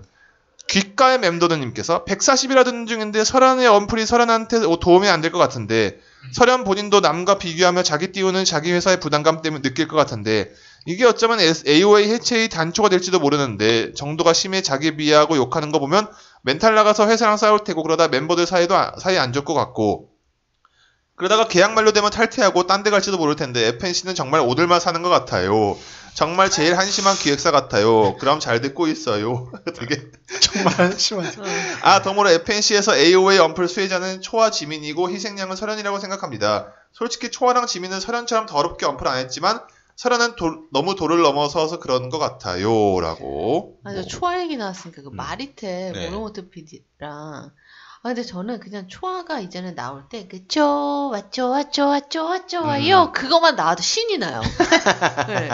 Speaker 5: 귓가의 맴도는님께서 140이라 듣는 중인데 설현의 언플이 설현한테 도움이 안 될 것 같은데 설현 본인도 남과 비교하며 자기 띄우는 자기 회사의 부담감 때문에 느낄 것 같은데 이게 어쩌면 S- AOA 해체의 단초가 될지도 모르는데 정도가 심해 자기 비하하고 욕하는 거 보면 멘탈 나가서 회사랑 싸울 테고 그러다 멤버들 사이도 아- 사이 안 좋을 것 같고 그러다가 계약 만료되면 탈퇴하고 딴 데 갈지도 모를 텐데 FNC는 정말 오들만 사는 것 같아요. 정말 제일 한심한 기획사 같아요. 그럼 잘 듣고 있어요. 되게
Speaker 6: 정말 한심하죠.
Speaker 1: 어.
Speaker 5: 아 덤으로 FNC에서 AOA 언플 수혜자는 초와 지민이고 희생양은 설현이라고 생각합니다. 솔직히 초아랑 지민은 설현처럼 더럽게 언플 안 했지만 설현은 도- 너무 도를 넘어서서 그런 것 같아요라고.
Speaker 1: 아저 초아 얘기 나왔으니까 그 마리텔
Speaker 4: 네.
Speaker 1: 모노모트 PD랑 아 근데 저는 그냥 초아가 이제는 나올 때 그 좋아 좋아 좋아 좋아 좋아요
Speaker 5: 음.
Speaker 1: 그것만 나와도 신이 나요. 네.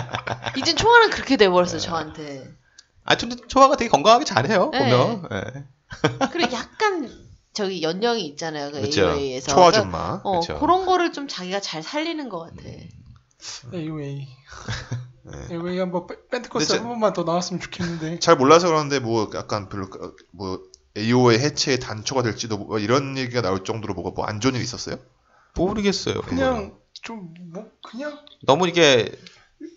Speaker 1: 이젠 초아는 그렇게 돼버렸어
Speaker 5: 네.
Speaker 1: 요 저한테.
Speaker 4: 아, 근데 초아가 되게 건강하게 잘해요
Speaker 1: 네.
Speaker 4: 보면. 예.
Speaker 1: 그리고 약간 저기 연령이 있잖아요. 그
Speaker 4: 그쵸.
Speaker 1: AOA에서.
Speaker 5: 초아줌마.
Speaker 1: 어,
Speaker 4: 그쵸.
Speaker 1: 그런 거를 좀 자기가 잘 살리는 것 같아.
Speaker 6: AOA. AOA 한번 밴- 밴드 코스
Speaker 5: 근데
Speaker 6: 한 번만 더 나왔으면 좋겠는데.
Speaker 5: 잘 몰라서 그러는데 뭐 약간 별로 그- 뭐 AO의 해체의 단초가 될지도 뭐 이런 얘기가 나올 정도로 뭐가 뭐 안 좋은 일 있었어요?
Speaker 4: 모르겠어요. 그냥
Speaker 6: 그냥 좀 뭐 그냥
Speaker 4: 너무 이게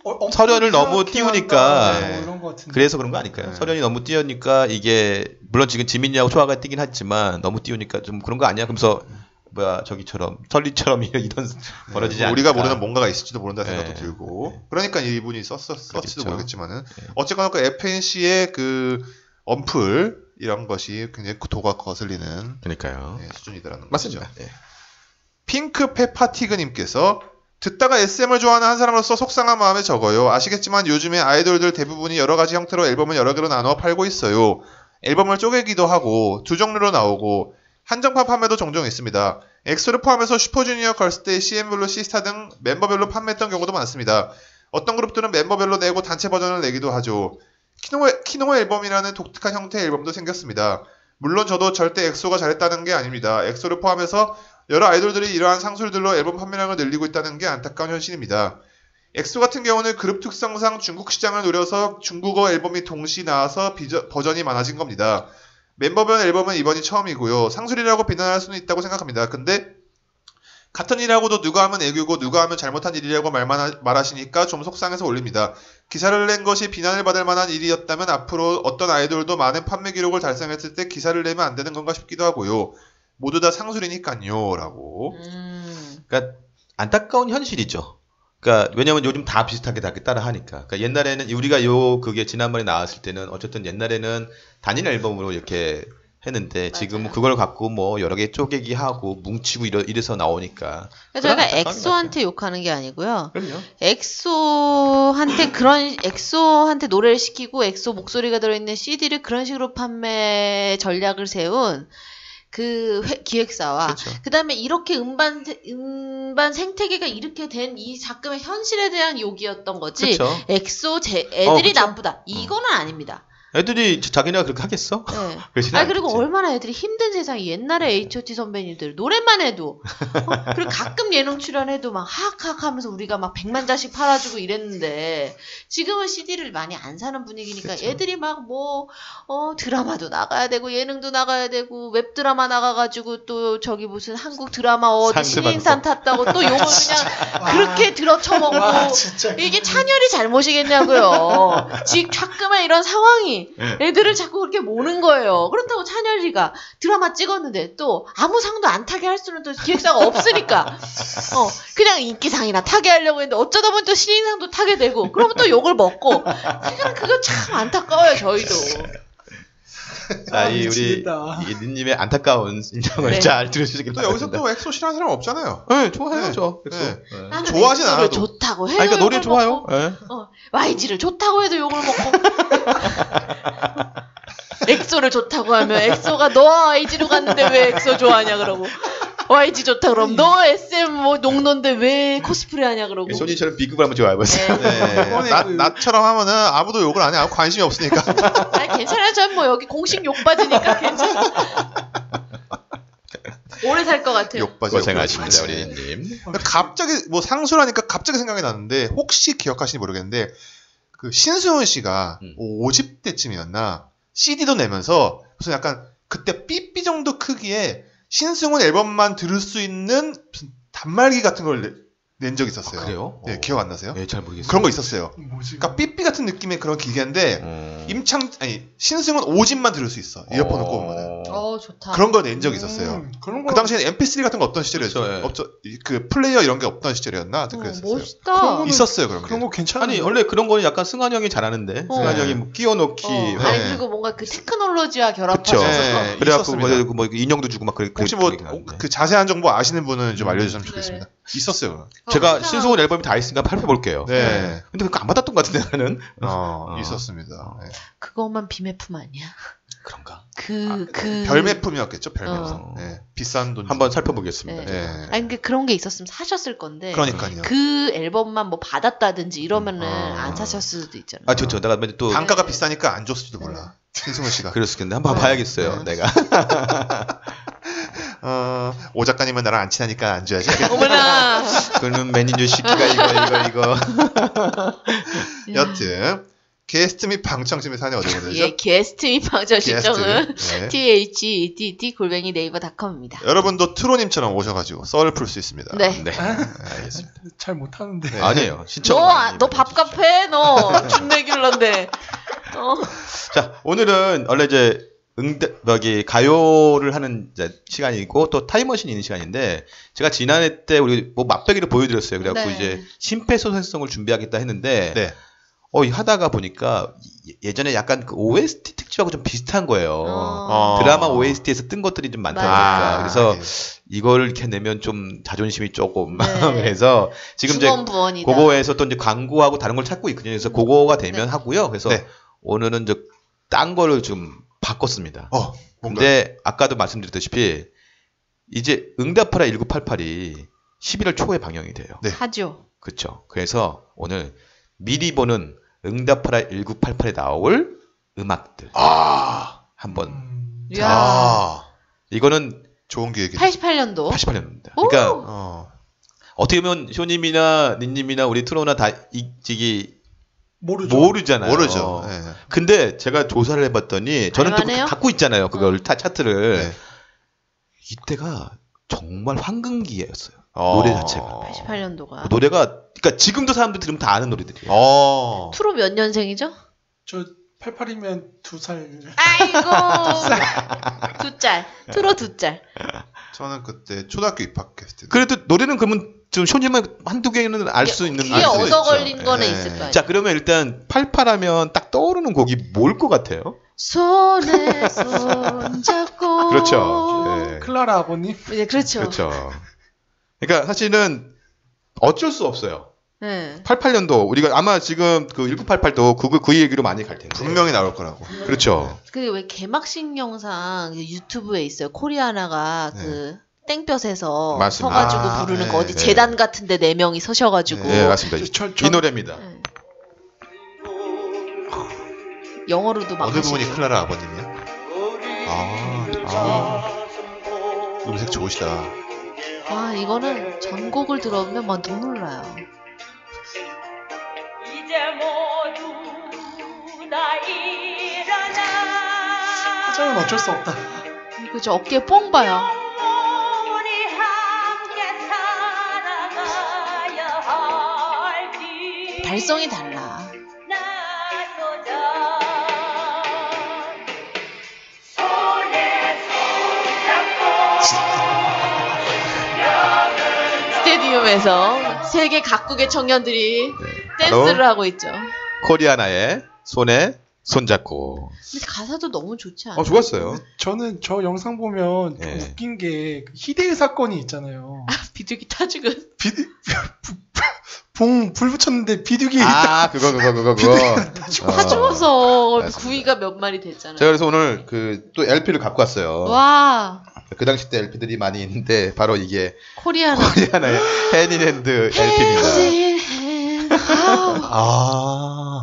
Speaker 6: 어- 엄청
Speaker 4: 서련을 너무
Speaker 6: 생각해야
Speaker 4: 띄우니까.
Speaker 6: 한다, 뭐
Speaker 5: 네.
Speaker 6: 이런 것 같은데.
Speaker 4: 그래서 그런 거 아닐까요?
Speaker 5: 네.
Speaker 4: 서련이 너무 띄우니까 이게 물론 지금 지민이하고 초아가 뛰긴 하지만 너무 띄우니까 좀 그런 거 아니야? 그러면서 뭐야 저기처럼 설리처럼 이런 이런 벌어지지
Speaker 5: 뭐
Speaker 4: 않을까?
Speaker 5: 우리가 모르는 뭔가가 있을지도 모른다
Speaker 4: 네.
Speaker 5: 생각도 들고 그러니까 이분이 썼어 썼지도
Speaker 4: 그렇겠죠.
Speaker 5: 모르겠지만은
Speaker 4: 네.
Speaker 5: 어쨌거나 그 FNC의 그 언플 이런 것이 굉장히 그 도가 거슬리는
Speaker 4: 그러니까요.
Speaker 5: 네, 수준이더라는
Speaker 4: 맞습니다.
Speaker 5: 거죠.
Speaker 4: 네.
Speaker 5: 핑크 페파티그님께서 듣다가 SM을 좋아하는 한 사람으로서 속상한 마음에 적어요. 아시겠지만 요즘에 아이돌들 대부분이 여러 가지 형태로 앨범을 여러 개로 나눠 팔고 있어요. 앨범을 쪼개기도 하고 두 종류로 나오고 한정판 판매도 종종 있습니다. 엑소를 포함해서 슈퍼주니어, 걸스데이, CN블루, 시스타 등 멤버별로 판매했던 경우도 많습니다. 어떤 그룹들은 멤버별로 내고 단체 버전을 내기도 하죠. 키노, 키노 앨범이라는 독특한 형태의 앨범도 생겼습니다. 물론 저도 절대 엑소가 잘했다는 게 아닙니다. 엑소를 포함해서 여러 아이돌들이 이러한 상술들로 앨범 판매량을 늘리고 있다는 게 안타까운 현실입니다. 엑소 같은 경우는 그룹 특성상 중국 시장을 노려서 중국어 앨범이 동시 나와서 비저- 버전이 많아진 겁니다. 멤버별 앨범은 이번이 처음이고요. 상술이라고 비난할 수는 있다고 생각합니다. 근데 같은 일하고도 누가 하면 애교고 누가 하면 잘못한 일이라고 말만 하- 말하시니까 좀 속상해서 올립니다. 기사를 낸 것이 비난을 받을 만한 일이었다면 앞으로 어떤 아이돌도 많은 판매 기록을 달성했을 때 기사를 내면 안 되는 건가 싶기도 하고요. 모두 다 상술이니까요. 라고.
Speaker 1: 음,
Speaker 4: 그러니까 안타까운 현실이죠. 그러니까 왜냐면 요즘 다 비슷하게 다 따라 하니까. 그러니까 옛날에는 우리가 요 그게 지난번에 나왔을 때는 어쨌든 옛날에는 단일 앨범으로 이렇게 했는데 지금은
Speaker 1: 맞아요.
Speaker 4: 그걸 갖고 뭐 여러 개 쪼개기 하고 뭉치고 이래, 이래서 나오니까.
Speaker 1: 그러니까 저희가
Speaker 4: 안타까운 것
Speaker 1: 엑소한테 욕하는 게 아니고요.
Speaker 4: 그럼요.
Speaker 1: 엑소한테 그런 엑소한테 노래를 시키고 엑소 목소리가 들어있는 CD를 그런 식으로 판매 전략을 세운 그 회- 기획사와
Speaker 4: 그렇죠.
Speaker 1: 그 다음에 이렇게 음반 세- 음반 생태계가 이렇게 된 이 작품의 현실에 대한 욕이었던 거지.
Speaker 4: 그렇죠.
Speaker 1: 엑소 제 애들이
Speaker 4: 어, 그쵸. 어.
Speaker 1: 나쁘다 이거는 아닙니다.
Speaker 4: 애들이 자- 자기네가 그렇게 하겠어?
Speaker 1: 네.
Speaker 4: 그러진
Speaker 1: 아 그리고
Speaker 4: 않겠지.
Speaker 1: 얼마나 애들이 힘든 세상이 옛날에 H.O.T 선배님들 노래만 해도 어? 그리고 가끔 예능 출연해도 막 하악하악 하면서 우리가 막 백만 자씩 팔아주고 이랬는데 지금은 CD를 많이 안 사는 분위기니까
Speaker 4: 그쵸.
Speaker 1: 애들이 막 뭐 어, 드라마도 나가야 되고 예능도 나가야 되고 웹 드라마 나가가지고 또 저기 무슨 한국 드라마 어디
Speaker 4: 상스 방송.
Speaker 1: 신인상 탔다고 또 용을 아, 그냥 그렇게 들어쳐먹고
Speaker 6: 와 아, 진짜.
Speaker 1: 이게 찬열이 잘못이겠냐고요. 지금 가끔은 이런 상황이
Speaker 4: 예.
Speaker 1: 애들을 자꾸 그렇게 모는 거예요. 그렇다고 찬열이가 드라마 찍었는데 또 아무 상도 안 타게 할 수는 또 기획사가 없으니까 어 그냥 인기상이나 타게 하려고 했는데 어쩌다 보니 또 신인상도 타게 되고 그러면 또 욕을 먹고 그냥 그거 참 안타까워요 저희도.
Speaker 4: 자, 아, 이 우리
Speaker 6: 아, 미치겠다.
Speaker 4: 이 님의 안타까운 인정을
Speaker 1: 아, 네.
Speaker 4: 잘 들으시길
Speaker 5: 또 여기서
Speaker 4: 바랍니다.
Speaker 5: 또 엑소 싫어하는 사람 없잖아요.
Speaker 4: 네, 좋아해요,
Speaker 5: 네.
Speaker 4: 저. 엑소.
Speaker 5: 네.
Speaker 4: 네.
Speaker 1: 나는
Speaker 5: 좋아하진
Speaker 1: 엑소를
Speaker 5: 않아도.
Speaker 1: 좋다고 해요.
Speaker 4: 아니, 그러니까 노래
Speaker 1: 욕을
Speaker 4: 좋아요.
Speaker 1: 먹고,
Speaker 4: 예.
Speaker 1: 어, YG를 좋다고 해도 욕을 먹고. 엑소를 좋다고 하면 엑소가 너 YG로 갔는데 왜 엑소 좋아하냐 그러고 YG 좋다 그럼 너 SM 뭐 농노인데 왜 코스프레 하냐 그러고
Speaker 4: 예, 소니처럼 비급을 한번 좋아해보세요.
Speaker 1: 뭐 네.
Speaker 5: 네.
Speaker 4: 그
Speaker 5: 나, 나처럼 하면은 아무도 욕을 안 해. 아무 관심이 없으니까.
Speaker 1: 아니 괜찮아요 전 뭐 여기 공식 욕 받으니까 괜찮아 오래 살 것 같아요
Speaker 5: 욕받이.
Speaker 4: 고생하십니다, 네. 우리 님.
Speaker 5: 갑자기 뭐 상술하니까 갑자기 생각이 났는데 혹시 기억하시는지 모르겠는데 그 신수훈 씨가
Speaker 4: 음.
Speaker 5: 50대쯤이었나 CD도 내면서 무슨 약간 그때 삐삐 정도 크기의 신승훈 앨범만 들을 수 있는 무슨 단말기 같은 걸 낸 적이 있었어요.
Speaker 4: 그래요?
Speaker 5: 네,
Speaker 4: 어.
Speaker 5: 기억 안 나세요?
Speaker 4: 예, 잘 모르겠어요.
Speaker 5: 그런 거 있었어요.
Speaker 6: 뭐지?
Speaker 5: 그러니까 삐삐 같은 느낌의 그런 기계인데
Speaker 4: 음.
Speaker 5: 임창 아니 신승은 오집만 들을 수 있어 이어폰을 꼽으면
Speaker 4: 어.
Speaker 1: 어 좋다
Speaker 5: 그런 걸 낸 적이 있었어요.
Speaker 6: 음, 그런 거.
Speaker 1: 뭐
Speaker 5: 그 당시에는 MP3 같은 거 없던 시절이었죠.
Speaker 4: 그렇죠, 예.
Speaker 5: 없죠. 이- 그 플레이어 이런 게 없던 시절이었나? 하여튼
Speaker 1: 어,
Speaker 5: 그랬었어요.
Speaker 1: 멋있다
Speaker 6: 그런
Speaker 5: 있었어요 그런 게.
Speaker 6: 그런 거 괜찮아.
Speaker 4: 아니 원래 그런 거는 약간 승환 형이 잘하는데
Speaker 1: 어.
Speaker 4: 승환 형이 뭐 끼워넣기
Speaker 1: 어,
Speaker 4: 네.
Speaker 1: 아니 그리고 뭔가 그 테크놀로지와
Speaker 4: 그쵸
Speaker 1: 결합하셔서
Speaker 5: 네,
Speaker 4: 그래갖고
Speaker 5: 있었습니다.
Speaker 4: 뭐, 뭐 인형도 주고 막 그래
Speaker 5: 혹시
Speaker 4: 그래-
Speaker 5: 뭐
Speaker 4: 그러긴 한데.
Speaker 5: 그 자세한 정보 아시는 분은 좀 알려주셨으면
Speaker 1: 네.
Speaker 5: 좋겠습니다. 음. 있었어요. 그럼.
Speaker 4: 제가
Speaker 1: 항상
Speaker 4: 신승훈 앨범이 다 있으니까 살펴볼게요.
Speaker 5: 네.
Speaker 4: 근데 그거 안 받았던 것 같은데 나는
Speaker 5: 어,
Speaker 4: 어.
Speaker 5: 있었습니다. 네.
Speaker 1: 그것만 비매품 아니야
Speaker 4: 그런가?
Speaker 1: 그 그
Speaker 5: 예. 별매품이었겠죠. 별매품.
Speaker 4: 어.
Speaker 5: 네. 비싼 돈.
Speaker 4: 한번
Speaker 5: 주고.
Speaker 4: 살펴보겠습니다.
Speaker 1: 네.
Speaker 5: 네.
Speaker 1: 아니 그 그런 게 있었으면 사셨을 건데
Speaker 5: 그러니까요.
Speaker 1: 그 앨범만 뭐 받았다든지 이러면은
Speaker 5: 음, 아.
Speaker 1: 안 사셨을 수도 있잖아요.
Speaker 4: 아 좋죠. 내가
Speaker 1: 방-
Speaker 4: 또
Speaker 5: 그 단가가 비싸니까 안 줬을지도 몰라. 신승훈 씨가.
Speaker 4: 그랬을 텐데 한번
Speaker 1: 네.
Speaker 4: 봐야겠어요.
Speaker 1: 네.
Speaker 4: 내가
Speaker 5: 어, 오 작가님은 나랑 안 친하니까 안 줘야지.
Speaker 1: 어머나.
Speaker 4: 그러면 매니저 시키가 이거 이거 이거.
Speaker 5: 여튼 게스트 및 방청심의 사연이 어디로 되죠?
Speaker 1: 음. 예, 게스트 입방저 신청은
Speaker 5: 네. 어,
Speaker 1: THEDD 골뱅이 네이버 닷컴입니다.
Speaker 5: 여러분도 트로님처럼 오셔가지고 썰을 풀 수 있습니다.
Speaker 1: 네.
Speaker 4: 네.
Speaker 5: 알겠습니다.
Speaker 6: 잘 못하는데.
Speaker 5: 네.
Speaker 4: 아니에요. 신청. 많이
Speaker 1: 너너
Speaker 4: 보내주십시오.
Speaker 1: 밥값 해, 너. 준내귤런데. 어.
Speaker 4: 자, 오늘은 원래 이제 응답, 여기 가요를 하는 이제 시간이고 또 타임머신이 있는 시간인데 제가 지난해 때 우리 뭐 맛배기를 보여드렸어요. 그래갖고
Speaker 1: 네.
Speaker 4: 이제 심폐소생성을 준비하겠다 했는데
Speaker 5: 네.
Speaker 4: 어, 이 하다가 보니까 예- 예전에 약간 그 OST 특집하고 좀 비슷한 거예요.
Speaker 1: 어.
Speaker 4: 드라마 OST에서 뜬 것들이 좀 많다 보니까
Speaker 1: 맞아요.
Speaker 4: 그래서
Speaker 5: 예.
Speaker 4: 이걸 이렇게 내면 좀 자존심이 조금
Speaker 1: 네.
Speaker 4: 그래서 지금 이제
Speaker 1: 중원부원이다.
Speaker 4: 그거에서 또 이제 광고하고 다른 걸 찾고 있거든요. 그래서 그거가 되면
Speaker 1: 네.
Speaker 4: 하고요. 그래서
Speaker 5: 네.
Speaker 4: 오늘은 저딴 거를 좀 바꿨습니다.
Speaker 5: 어 뭔가
Speaker 4: 근데 아까도 말씀드렸다시피 이제 응답하라 1988이 11월 초에 방영이 돼요.
Speaker 5: 네.
Speaker 1: 하죠.
Speaker 4: 그렇죠. 그래서 오늘 미리 보는 응답하라 1988에 나올 음악들
Speaker 5: 아,
Speaker 4: 한번
Speaker 6: 음,
Speaker 1: 야.
Speaker 5: 아
Speaker 4: 이거는
Speaker 5: 좋은 기획이.
Speaker 1: 88년도.
Speaker 4: 88년입니다.
Speaker 1: 오!
Speaker 4: 그러니까
Speaker 5: 어.
Speaker 4: 어떻게 보면 쇼님이나 닌님이나 우리 트로나 다 이, 이,
Speaker 6: 모르죠.
Speaker 4: 모르잖아요. 어.
Speaker 5: 모르죠. 예.
Speaker 4: 근데 제가 조사를 해봤더니 저는 또
Speaker 1: 알만해요?
Speaker 4: 갖고 있잖아요. 그걸
Speaker 1: 어.
Speaker 4: 타 차트를
Speaker 5: 네.
Speaker 4: 이때가 정말 황금기였어요.
Speaker 5: 어.
Speaker 4: 노래 자체가
Speaker 1: 88년도가.
Speaker 4: 노래가 그러니까 지금도 사람들 들으면 다 아는 노래들이에요.
Speaker 5: 어.
Speaker 1: 투로 몇 년생이죠?
Speaker 6: 저 88이면 두 살.
Speaker 4: 네.
Speaker 1: 아이고. 두 짤. 투로 두 짤.
Speaker 5: 저는 그때 초등학교 입학했을 때.
Speaker 4: 그래도 노래는 그러면 좀 쇼님만 한두 개는 알 수 있는
Speaker 1: 귀에
Speaker 4: 알수 있죠.
Speaker 1: 얻어 걸린 거는
Speaker 5: 예.
Speaker 1: 있을 거예요.
Speaker 4: 자 그러면 일단 팔팔하면 딱 떠오르는 곡이 뭘 것 같아요?
Speaker 1: 손에 손 잡고.
Speaker 4: 그렇죠. 예.
Speaker 6: 클라라 아버님. 예,
Speaker 1: 이제 그렇죠.
Speaker 4: 그렇죠. 그러니까 사실은 어쩔 수 없어요.
Speaker 1: 예.
Speaker 4: 88년도 우리가 아마 지금 그 1988도 그, 그 얘기로 많이 갈 텐데.
Speaker 5: 분명히 나올 거라고.
Speaker 4: 그렇죠.
Speaker 1: 그게 왜 개막식 영상 유튜브에 있어요. 코리아나가 그 땡볕에서
Speaker 4: 네. 맞습니다.
Speaker 1: 서가지고
Speaker 5: 아,
Speaker 1: 부르는
Speaker 5: 네,
Speaker 1: 거 어디
Speaker 4: 네.
Speaker 1: 재단 같은데 네 명이
Speaker 5: 그
Speaker 1: 서셔가지고
Speaker 4: 네, 맞습니다.
Speaker 6: 저-
Speaker 4: 이
Speaker 6: 저-
Speaker 4: 노래입니다.
Speaker 1: 예. 영어로도 막
Speaker 5: 어느
Speaker 1: 하시고.
Speaker 5: 부분이 클라라 아버님이야? 아, 아. 음색 좋으시다.
Speaker 4: 네.
Speaker 1: 아 이거는 전곡을 들어보면 막 눈물 나요.
Speaker 2: 이제 모두 다 일어나
Speaker 6: 화장은 어쩔 수 없다.
Speaker 1: 그죠 어깨 뽕 봐요.
Speaker 2: 영원히 함께 살아가야 할지
Speaker 1: 발성이 달라.
Speaker 2: 나서자 손에
Speaker 1: 스테디움에서 세계 각국의 청년들이 댄스를
Speaker 4: 바로
Speaker 1: 하고 있죠. 근데
Speaker 4: 코리아나의 손에 손잡고.
Speaker 1: 가사도 너무 좋지 않아요?
Speaker 4: 어, 좋았어요.
Speaker 6: 저는 저 영상 보면 좀
Speaker 4: 예.
Speaker 6: 웃긴 게그 히데의 사건이 있잖아요.
Speaker 1: 비둘기 타죽은
Speaker 6: 비디 봉, 불 붙였는데 비둘기
Speaker 4: 아, 그거, 그거, 그거, 그거.
Speaker 1: 다 죽어서
Speaker 4: 맞습니다.
Speaker 1: 구이가 몇 마리 됐잖아요.
Speaker 4: 아, 제가 그래서 오늘 그 또 LP를 갖고 왔어요.
Speaker 1: 와
Speaker 4: 그 당시 때 LP들이 많이 있는데 바로 이게
Speaker 1: 코리아나
Speaker 4: 코리아나의 헤니랜드 LP입니다.
Speaker 1: 헤이즐, 헤이.
Speaker 4: 그러니까
Speaker 1: 아우.
Speaker 4: 아.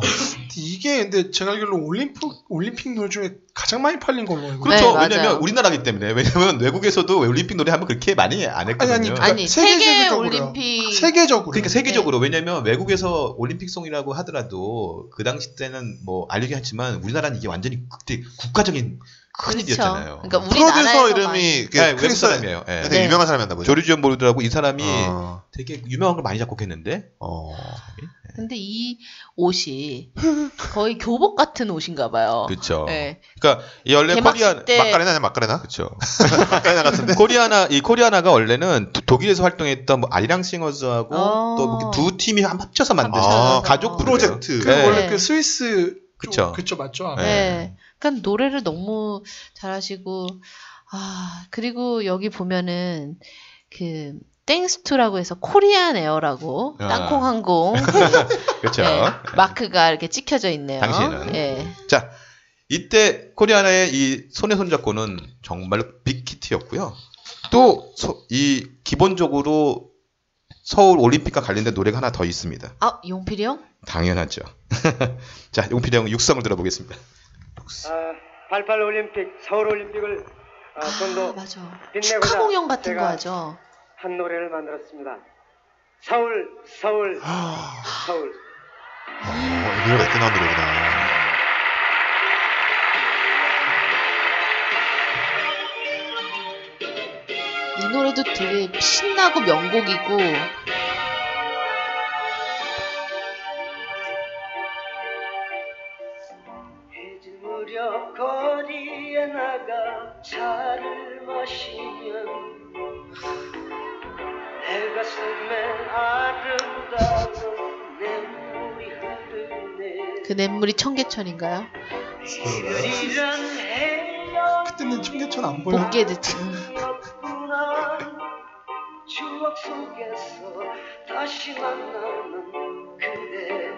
Speaker 6: 이게 근데 제가 알기로 올림픽 올림픽 노래 중에 가장 많이 팔린 걸로 알고 있어요.
Speaker 4: 그렇죠.
Speaker 1: 네, 맞아요.
Speaker 4: 왜냐면 우리나라기 때문에. 왜냐면 외국에서도 올림픽 노래 하면 그렇게 많이 안 했거든요.
Speaker 6: 아니, 아니,
Speaker 1: 아니 네. 세계
Speaker 6: 세계적으로요. 아,
Speaker 1: 올림픽
Speaker 6: 세계적으로.
Speaker 4: 그러니까 세계적으로 왜냐면 외국에서 올림픽송이라고 하더라도 그 당시 때는 뭐 알리긴 했지만 우리나라는 이게 완전히 그때 국가적인 큰
Speaker 1: 그렇죠.
Speaker 4: 일이었잖아요.
Speaker 1: 그러니까 우리나라에서
Speaker 5: 프로듀서
Speaker 1: 많이-
Speaker 5: 이름이
Speaker 4: 네, 외국
Speaker 5: 크리스
Speaker 4: 사람이에요. 예.
Speaker 5: 되게
Speaker 1: 네.
Speaker 5: 유명한 사람이었나 보죠.
Speaker 4: 조리주연 보르드라고 이 사람이
Speaker 5: 어.
Speaker 4: 되게 유명한 걸 많이 작곡했는데
Speaker 5: 어.
Speaker 1: 근데 이 옷이 거의 교복 같은 옷인가 봐요.
Speaker 4: 그렇죠.
Speaker 1: 네.
Speaker 4: 그러니까 이 원래
Speaker 1: 개막식
Speaker 4: 코리아
Speaker 1: 때
Speaker 5: 마카레나 아니야 마카레나?
Speaker 4: 그렇죠.
Speaker 5: 마카레나 같은데.
Speaker 4: 코리아나 이 코리아나가 원래는 도- 독일에서 활동했던 뭐 아리랑 싱어즈하고
Speaker 1: 어.
Speaker 4: 또두 팀이 한 합쳐서 만든
Speaker 1: 합쳐서.
Speaker 4: 가족
Speaker 5: 프로젝트.
Speaker 4: 그래요.
Speaker 6: 그
Speaker 4: 네.
Speaker 6: 원래 그 스위스
Speaker 4: 그쵸.
Speaker 6: 그쵸 맞죠. 아마.
Speaker 1: 네.
Speaker 4: 네.
Speaker 1: 그러니까 노래를 너무 잘하시고 아 그리고 여기 보면은 그 땡스투라고 해서 코리안 에어라고
Speaker 4: 아.
Speaker 1: 땅콩 항공
Speaker 4: 그렇죠.
Speaker 1: 네, 마크가 이렇게 찍혀져 있네요.
Speaker 4: 당신은.
Speaker 1: 예.
Speaker 4: 자, 이때 코리아나의 이 손에 손잡고는 정말 빅히트였고요. 또 이 기본적으로 서울 올림픽과 관련된 노래가 하나 더 있습니다.
Speaker 1: 아 용필이 형?
Speaker 4: 당연하죠. 자, 용필이 형 육성을 들어보겠습니다.
Speaker 3: 아, 88 올림픽, 서울 올림픽을 아, 좀
Speaker 1: 아,
Speaker 3: 더
Speaker 1: 맞아.
Speaker 3: 빛내고자
Speaker 1: 축하 공연 같은
Speaker 3: 제가
Speaker 1: 거 하죠.
Speaker 3: 한 노래를 만들었습니다. 서울, 서울, 서울.
Speaker 4: 어,
Speaker 5: 어, 이 노래가 이때 나온 노래구나.
Speaker 1: 이 노래도 되게 신나고 명곡이고
Speaker 3: 해질 무렵 거리에 나가 차를 마시면 해가 쓰면 아름다운 냇물이 흐르네
Speaker 1: 그 냇물이 청계천인가요?
Speaker 3: 이런 해연
Speaker 6: 그때는 청계천 안 보여.
Speaker 1: 복개 듣지.
Speaker 3: 없구나 추억 속에서 다시 만나는 그대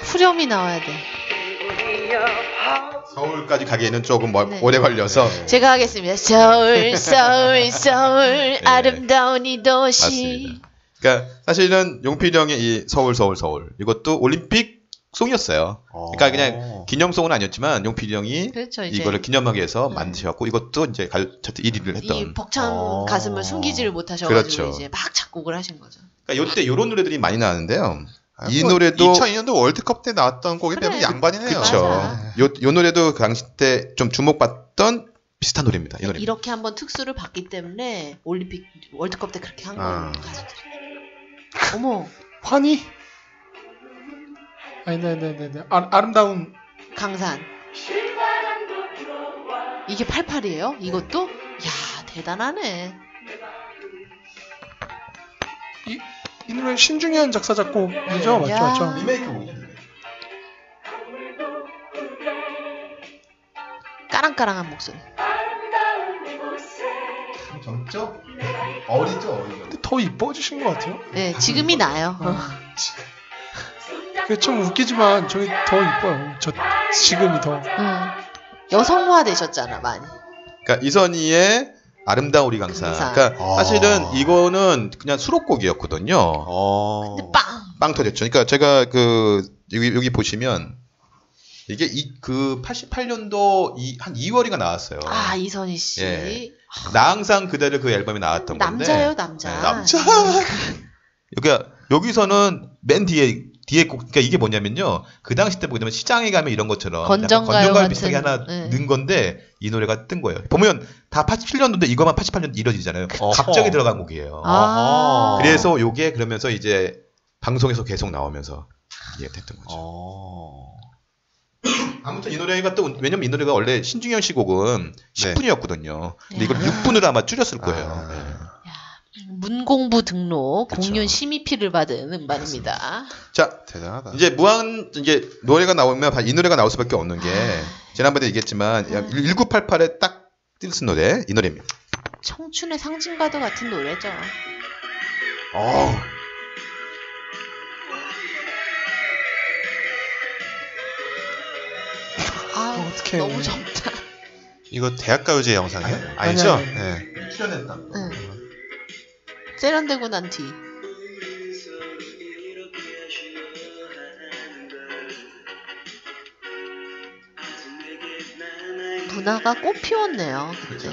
Speaker 1: 후렴이 나와야 돼.
Speaker 3: 기분이야 바
Speaker 4: 서울까지 가기에는 조금 멀-
Speaker 1: 네.
Speaker 4: 오래 걸려서
Speaker 1: 제가 하겠습니다. 서울, 서울, 서울,
Speaker 4: 네.
Speaker 1: 아름다운 이 도시.
Speaker 4: 맞습니다. 그러니까 사실은 용필형의 이 서울 서울 서울 이것도 올림픽 송이었어요. 그러니까 그냥 기념송은 아니었지만 용필형이
Speaker 1: 그렇죠, 이제.
Speaker 4: 이거를 기념하기 위해서
Speaker 1: 음.
Speaker 4: 만드셔갖고 이것도 이제 가요 차트 1위를
Speaker 1: 이
Speaker 4: 했던.
Speaker 1: 벅찬
Speaker 5: 어.
Speaker 1: 가슴을 숨기지를 못하셔가지고
Speaker 4: 그렇죠.
Speaker 1: 이제 막 작곡을 하신 거죠.
Speaker 4: 그러니까 이때 이런 노래들이 많이 나왔는데요.
Speaker 5: 아,
Speaker 4: 이
Speaker 5: 뭐
Speaker 4: 노래도
Speaker 5: 2002년도 월드컵 때 나왔던 곡에
Speaker 1: 그래.
Speaker 5: 비하면 양반이네요.
Speaker 4: 그렇죠.
Speaker 1: 맞아.
Speaker 4: 요, 요 노래도 그 당시 때 좀 주목받던 비슷한 노래입니다. 이 노래.
Speaker 1: 이렇게 한번 특수를 받기 때문에 올림픽 월드컵 때 그렇게 한 거예요.
Speaker 5: 아.
Speaker 1: 가수들이. 어머,
Speaker 6: 환희? 아니, 네, 네, 네, 네. 아, 아름다운
Speaker 1: 강산. 이게 88이에요? 이것도? 야 대단하네.
Speaker 6: 이, 이 노래 신중현 작사 작곡이죠, 아, 맞죠,
Speaker 1: 야.
Speaker 6: 맞죠.
Speaker 1: 까랑까랑한 목소리.
Speaker 4: 정적 어리죠 어리죠.
Speaker 6: 근데 더 이뻐지신 것 같아요.
Speaker 1: 네, 지금이 나요.
Speaker 4: 아.
Speaker 6: 그게 참 웃기지만 저게 더 이뻐요. 저 지금이 더.
Speaker 1: 여성화 되셨잖아 많이.
Speaker 4: 그러니까 이선희의 아름다운 우리 강사.
Speaker 1: 강사.
Speaker 4: 그러니까
Speaker 5: 아.
Speaker 4: 사실은 이거는 그냥 수록곡이었거든요.
Speaker 5: 어.
Speaker 1: 근데 빵.
Speaker 4: 빵 터졌죠. 그러니까 제가 그 여기, 여기 보시면 이게 이 그 88년도 이, 한 2월이가 나왔어요.
Speaker 1: 아 이선희 씨.
Speaker 4: 예. 나 항상 그대를 그 앨범이 나왔던
Speaker 1: 남자예요
Speaker 4: 건데.
Speaker 1: 남자. 음.
Speaker 4: 네, 남자. 그러니까 여기서는 맨 뒤에 뒤에 곡 그러니까 이게 뭐냐면요. 그 당시 때 보게 되면 시장에 가면 이런 것처럼
Speaker 1: 건전가요
Speaker 4: 약간 건전가요
Speaker 1: 같은,
Speaker 4: 비슷하게 하나
Speaker 1: 네.
Speaker 4: 넣은 건데 이 노래가 뜬 거예요. 보면 다 87년도인데 이것만 88년도 이뤄지잖아요.
Speaker 5: 어허.
Speaker 4: 갑자기 들어간 곡이에요.
Speaker 1: 아.
Speaker 4: 그래서 요게 그러면서 이제 방송에서 계속 나오면서 이게 됐던 거죠.
Speaker 5: 어.
Speaker 4: 아무튼 이 노래가 또 왜냐면 이 노래가 원래 신중현 씨 곡은
Speaker 5: 네.
Speaker 4: 10분이었거든요. 근데 이걸
Speaker 1: 야.
Speaker 4: 6분으로 아마 줄였을 거예요.
Speaker 5: 아.
Speaker 4: 네.
Speaker 1: 문공부 등록
Speaker 4: 그쵸.
Speaker 1: 공연 심의피를 받은 음반입니다.
Speaker 4: 자
Speaker 5: 대단하다.
Speaker 4: 이제 무한 이제 노래가 나오면 바- 이 노래가 나올 수밖에 없는 게
Speaker 5: 아.
Speaker 4: 지난번에 얘기했지만
Speaker 5: 음.
Speaker 4: 1988에 딱 띄는 노래 이 노래입니다.
Speaker 1: 청춘의 상징과도 같은 노래죠.
Speaker 5: 어.
Speaker 1: 아
Speaker 6: 어떡해.
Speaker 1: 너무 젊다.
Speaker 5: 이거 대학가요제 영상이에요?
Speaker 6: 아니,
Speaker 5: 아니죠?
Speaker 6: 아니, 아니.
Speaker 5: 네.
Speaker 4: 출연했다.
Speaker 1: 응. 세련되고 난 뒤. 문화가 꽃 피웠네요. 그때.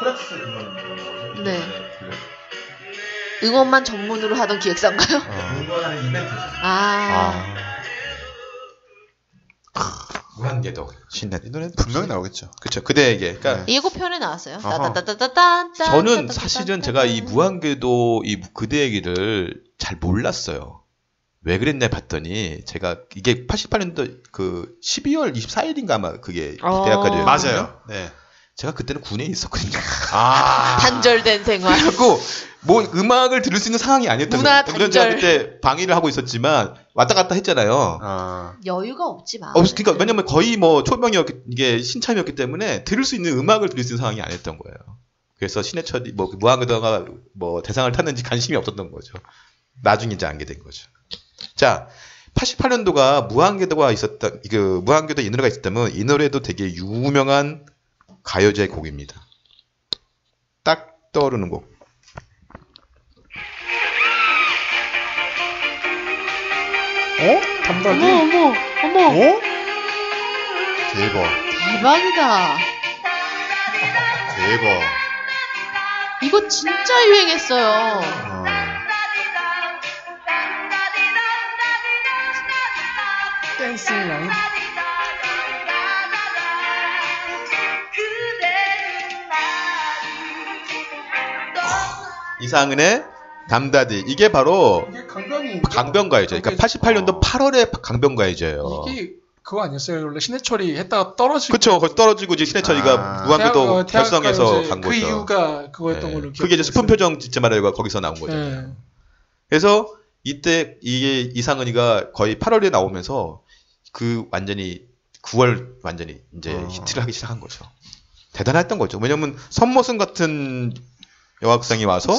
Speaker 4: 코렉스 그거
Speaker 1: 네. 응원만 전문으로 하던 기획사인가요?
Speaker 4: 응원하는 이벤트
Speaker 1: 아,
Speaker 5: 아.
Speaker 4: 무한 개도 신나.
Speaker 5: 이 노래는 분명히 나오겠죠.
Speaker 4: 그렇죠. 그대에게. 그러니까
Speaker 5: 네.
Speaker 1: 예고편에 나왔어요.
Speaker 5: 아하.
Speaker 1: 따따따따따.
Speaker 4: 저는 사실은 제가 이 무한궤도 이 그대 얘기를 잘 몰랐어요. 왜 그랬냐 봤더니 제가 이게 88년도 그 12월 24일인가 아마 그게
Speaker 1: 어.
Speaker 4: 대학까지
Speaker 5: 맞아요. 네.
Speaker 4: 제가 그때는 군에 있었거든요.
Speaker 5: 아.
Speaker 1: 단절된 생활.
Speaker 4: 그래갖고 뭐 음악을 들을 수 있는 상황이 아니었던
Speaker 1: 문화
Speaker 4: 거예요. 물론 제가
Speaker 1: 단절.
Speaker 4: 그때 방위를 하고 있었지만 왔다 갔다 했잖아요.
Speaker 5: 아.
Speaker 1: 여유가 없지 마.
Speaker 4: 없, 그러니까 왜냐면 거의 뭐 초병이었기 이게 신참이었기 때문에 들을 수 있는 음악을 들을 수 있는 상황이 아니었던 거예요. 그래서 신해철이 뭐그 무한궤도가 뭐 대상을 탔는지 관심이 없었던 거죠. 나중에 이제 알게 된 거죠. 자, 88년도가 무한궤도가 있었다 그 무한궤도 이 노래가 있었다면 이 노래도 되게 유명한 가요제 곡입니다. 딱 떠오르는 곡.
Speaker 6: 어?
Speaker 1: 어머
Speaker 6: 담박이
Speaker 1: 어머
Speaker 5: 어?
Speaker 1: 어머
Speaker 5: 대박.
Speaker 1: 대박이다.
Speaker 5: 대박.
Speaker 1: 이거 진짜 유행했어요.
Speaker 5: 아,
Speaker 6: 댄싱 라인
Speaker 4: 이상은의 담다디 이게 바로
Speaker 6: 이게 강변이
Speaker 4: 강변가요제. 그러니까 88년도 8월에 강변가요제예요.
Speaker 6: 이게 그거 아니었어요 원래 신해철이 했다가 떨어지고
Speaker 4: 그쵸. 거기 떨어지고 이제 신해철이가
Speaker 5: 아.
Speaker 6: 대학- 어,
Speaker 4: 무한궤도
Speaker 6: 대학
Speaker 4: 결성해서
Speaker 6: 가요제
Speaker 4: 간
Speaker 6: 그
Speaker 4: 거죠.
Speaker 6: 이유가 그거였던
Speaker 4: 예.
Speaker 6: 걸로 기억
Speaker 4: 그게 이제 스푼 표정 짓지 말아요가 거기서 나온 거죠.
Speaker 6: 네.
Speaker 4: 그래서 이때 이게 이상은이가 거의 8월에 나오면서 그 완전히 9월 완전히 이제
Speaker 6: 아.
Speaker 5: 어.
Speaker 4: 히트를 하기 시작한 거죠. 대단했던 거죠. 왜냐면 선모순 같은 여학생이 와서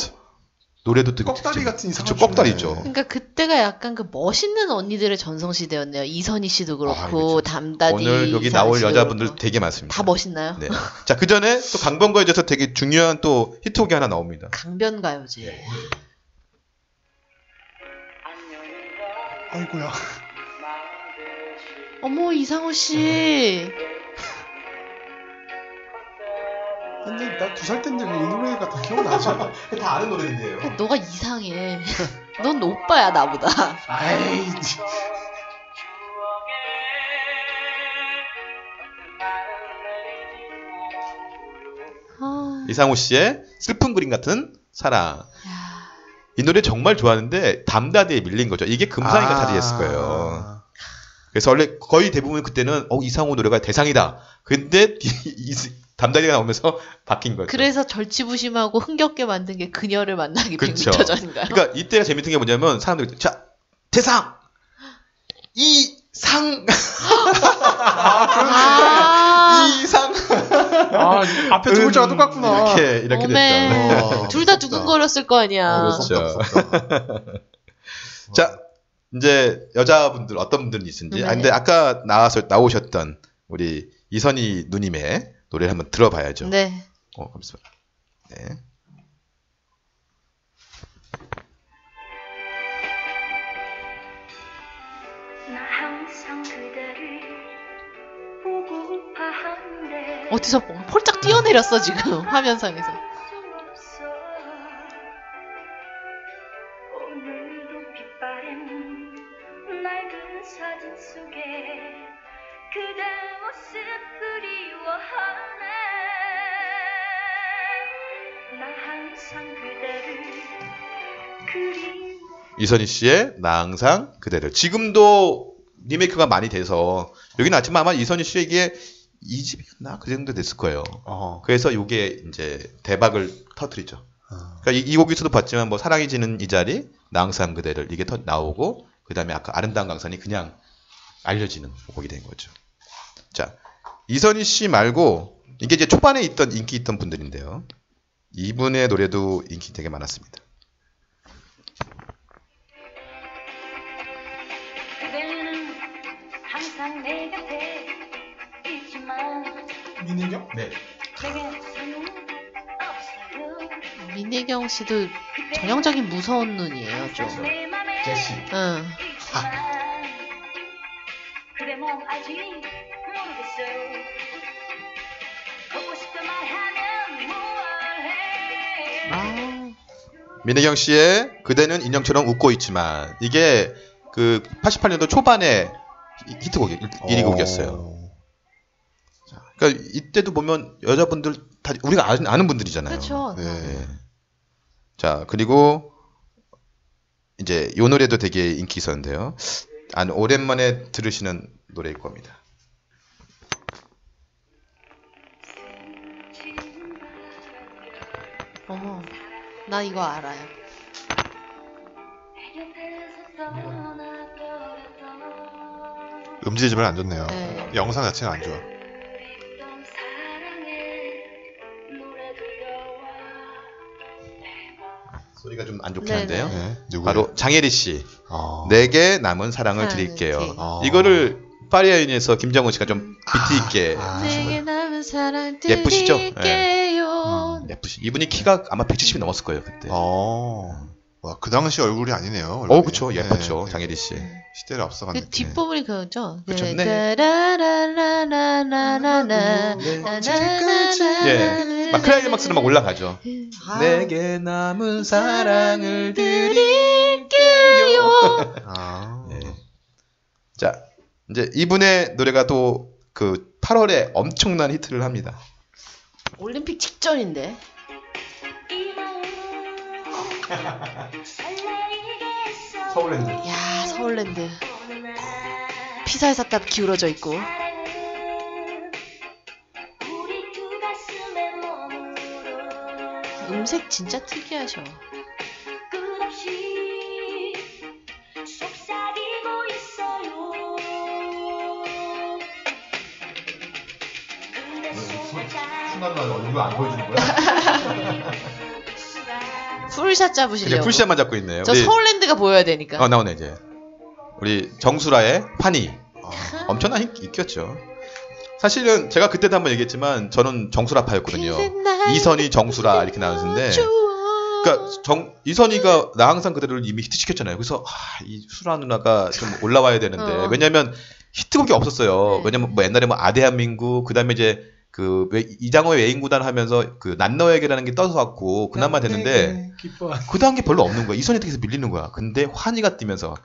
Speaker 4: 노래도 되게
Speaker 6: 꺽다리 같은 이상한
Speaker 4: 그쵸, 꺽다리죠.
Speaker 5: 춤이네.
Speaker 1: 그러니까 그때가 약간 그 멋있는 언니들의 전성시대였네요. 이선희 씨도
Speaker 4: 아,
Speaker 1: 그렇고
Speaker 4: 그렇죠.
Speaker 1: 담다디
Speaker 4: 오늘 여기
Speaker 1: 이상은
Speaker 4: 나올
Speaker 1: 씨도
Speaker 4: 여자분들
Speaker 1: 그렇고.
Speaker 4: 되게 많습니다.
Speaker 1: 네. 다뭐 멋있나요?
Speaker 4: 네. 자, 그 전에 또 강변가에서 되게 중요한 또 히트곡이 하나 나옵니다. 네.
Speaker 1: 강변가요제.
Speaker 6: 아이고야
Speaker 1: 어머 이상호 씨.
Speaker 6: 근데 나 두 살 때인데 왜이 노래가 다 기억나지?
Speaker 4: 다 아는 노래인데요.
Speaker 1: 너가 이상해. 넌 오빠야 나보다.
Speaker 6: 아이
Speaker 1: 아,
Speaker 4: 이상호 씨의 슬픈 그림 같은 사랑.
Speaker 1: 야,
Speaker 4: 이 노래 정말 좋아하는데 담다디에 밀린 거죠. 이게 금상이가
Speaker 5: 아.
Speaker 4: 차지했을 거예요. 그래서 원래 거의 대부분 그때는 어 이상호 노래가 대상이다. 근데 이- 이- 담다디가 나오면서 바뀐 거죠.
Speaker 1: 그래서 절치부심하고 흥겹게 만든 게 그녀를 만나기
Speaker 4: 그쵸.
Speaker 1: 100m 전인가요?
Speaker 4: 그러니까 이때가 재밌는 게 뭐냐면 사람들이 자 대상 이상
Speaker 1: 아, 어.
Speaker 4: 이상
Speaker 6: 아 앞에 두 글자가 똑같구나
Speaker 4: 이렇게 이렇게 됐죠.
Speaker 1: 어메.
Speaker 5: 어,
Speaker 1: 둘 다
Speaker 5: 무섭다.
Speaker 1: 두근거렸을 거 아니야.
Speaker 4: 어,
Speaker 5: 무섭다, 무섭다. 아.
Speaker 4: 자, 이제 여자분들 어떤 분들이 있는지. 아,
Speaker 1: 네.
Speaker 4: 근데 아까 나와서 나오셨던 우리 이선희 누님의 노래를 한번 들어봐야죠.
Speaker 1: 네.
Speaker 4: 어, 잠시만. 네.
Speaker 7: 나 항상 그대를 보고 파한데
Speaker 1: 어디서 뭔가 폴짝 뛰어내렸어 지금 화면상에서.
Speaker 7: 없어 오늘도 빛바람 맑은 사진 속에 그대 모습 그리워하네 나 항상 그대를 그리워
Speaker 4: 이선희 씨의 나 항상 그대를. 지금도 리메이크가 많이 돼서 여기는 아침에 아마 이선희 씨에게 이 집이었나 그 정도 됐을 거예요.
Speaker 5: 어.
Speaker 4: 그래서 요게 이제 대박을 터뜨리죠.
Speaker 5: 어.
Speaker 4: 그러니까 이, 이 곡에서도 봤지만 뭐 사랑이 지는 이 자리, 나 항상 그대를 이게 더 나오고 그다음에 아까 아름다운 강산이 그냥 알려지는 곡이 된 거죠. 자 이선희 씨 말고 이게 이제 초반에 있던 인기 있던 분들인데요. 이분의 노래도 인기 되게 많았습니다.
Speaker 7: 그대는 항상 내 곁에 있지만
Speaker 6: 민혜경?
Speaker 4: 네.
Speaker 7: 내게 소용 없어요
Speaker 1: 민혜경 씨도 전형적인 무서운 눈이에요 좀.
Speaker 7: 항상 내 맘에
Speaker 1: 응.
Speaker 7: 있지만 그대 몸 아직 모르겠어요 보고 싶다 말하면 무얼해
Speaker 1: 아,
Speaker 4: 민혜경 씨의 그대는 인형처럼 웃고 있지만 이게 그 88년도 초반에 히- 히트곡이 1위 곡이었어요. 그러니까 이때도 보면 여자분들 다 우리가 아는, 아는 분들이잖아요.
Speaker 1: 그렇죠.
Speaker 4: 네. 자, 그리고 이제 이 노래도 되게 인기 있었는데요. 안 오랜만에 들으시는 노래일 겁니다.
Speaker 1: 어머, 나 이거 알아요.
Speaker 7: 내 곁에서 떠나버렸던
Speaker 5: 음질이 정말 안 좋네요.
Speaker 1: 네.
Speaker 5: 영상 자체가 안 좋아.
Speaker 7: 그랬던 사랑의 노래 들려와 내
Speaker 4: 소리가 좀 안 좋긴
Speaker 1: 네네.
Speaker 4: 한데요.
Speaker 5: 네. 누구?
Speaker 4: 바로 장혜리 씨.
Speaker 5: 어.
Speaker 4: 내게 남은 사랑을
Speaker 1: 사랑을
Speaker 4: 드릴게요.
Speaker 1: 드릴게요.
Speaker 5: 어.
Speaker 4: 이거를 파리아인에서 김정은 씨가 좀 비트 있게
Speaker 5: 아,
Speaker 1: 내게 남은 사랑
Speaker 4: 예쁘시죠?
Speaker 1: 드릴게요.
Speaker 4: 예쁘시. 이분이 키가 아마 170이 넘었을 거예요 그때.
Speaker 5: 어. 네. 와, 아, 그 당시 얼굴이 아니네요.
Speaker 4: 어,
Speaker 5: 얼굴이.
Speaker 4: 그쵸.
Speaker 5: 네.
Speaker 4: 예뻤죠. 장혜리 씨.
Speaker 5: 시대를 앞서간
Speaker 1: 그
Speaker 5: 느낌.
Speaker 1: 뒷부분이 그거죠.
Speaker 4: 그쵸, 네.
Speaker 1: 따라라라라라라라라라.
Speaker 6: 네.
Speaker 4: 예. 막 크라이 음악스로 막 올라가죠.
Speaker 1: 아,
Speaker 4: 내게 남은 사랑을
Speaker 1: 사랑을
Speaker 4: 드리.
Speaker 1: 드릴게요.
Speaker 5: 아.
Speaker 4: 예. 자, 이제 이분의 노래가 또 그 8월에 엄청난 히트를 합니다.
Speaker 1: 올림픽 직전인데.
Speaker 4: 서울랜드.
Speaker 1: 야 서울랜드. 피사에서 딱 기울어져 있고. 음색 진짜 특이하셔.
Speaker 7: 끝없이 속삭이고 있어요. 근데 속삭이는
Speaker 4: 순간 나 얼굴 안 보여주는 거야?
Speaker 7: 수가
Speaker 1: 풀샷
Speaker 4: 이제
Speaker 1: 잡으시려고.
Speaker 4: 풀샷만 잡고 있네요.
Speaker 1: 저
Speaker 4: 우리-
Speaker 1: 서울랜드가 보여야 되니까.
Speaker 4: 어 나오네 이제. 우리 정수라의 판이
Speaker 5: 아.
Speaker 4: 엄청난 인- 인기였죠. 사실은 제가 그때도 한번 얘기했지만 저는 정수라 파였거든요.
Speaker 1: 빛은 날
Speaker 4: 이선희 정수라 이렇게 나왔는데
Speaker 1: 어, 좋아.
Speaker 4: 그러니까 정 이선희가 나 항상 그대로를 이미 히트시켰잖아요. 그래서 아, 이 수라 누나가 좀 올라와야 되는데
Speaker 1: 어.
Speaker 4: 왜냐면 히트곡이 없었어요.
Speaker 1: 네.
Speaker 4: 왜냐면 뭐 옛날에 뭐 아대한민국 그다음에 이제 그 왜- 이장호의 외인 구단 하면서 그 난너에게라는 게 떠서 왔고 그나마 됐는데
Speaker 6: 네, 기뻐.
Speaker 4: 그 다음 게 별로 없는 거야. 이선희 댁에서 밀리는 거야. 근데 환희가 뛰면서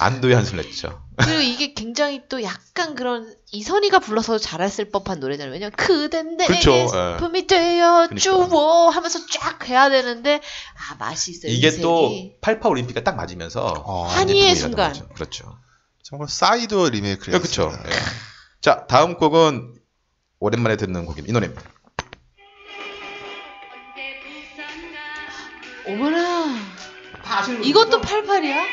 Speaker 4: 안도의 한숨을 냈죠.
Speaker 1: 그리고 이게 굉장히 또 약간 그런 이선희가 불러서 잘했을 법한 노래잖아요. 왜냐면 그댄 내
Speaker 4: 그렇죠, 예. 그러니까.
Speaker 1: 품이 되어 주워 하면서 쫙 해야 되는데 아 맛이 있어요.
Speaker 4: 이게
Speaker 1: 인생이.
Speaker 4: 또 88 올림픽과 딱 맞으면서
Speaker 5: 어,
Speaker 1: 한- 환희의
Speaker 4: 완전
Speaker 1: 순간.
Speaker 4: 분위기가 나죠. 그렇죠.
Speaker 5: 정말 사이드 리메이크를 네.
Speaker 4: 그쵸 자, 다음 곡은 오랜만에 듣는 곡입니다. 이 노래입니다.
Speaker 7: 언제 부산가
Speaker 1: 어머나 이것도 88이야?
Speaker 4: 네.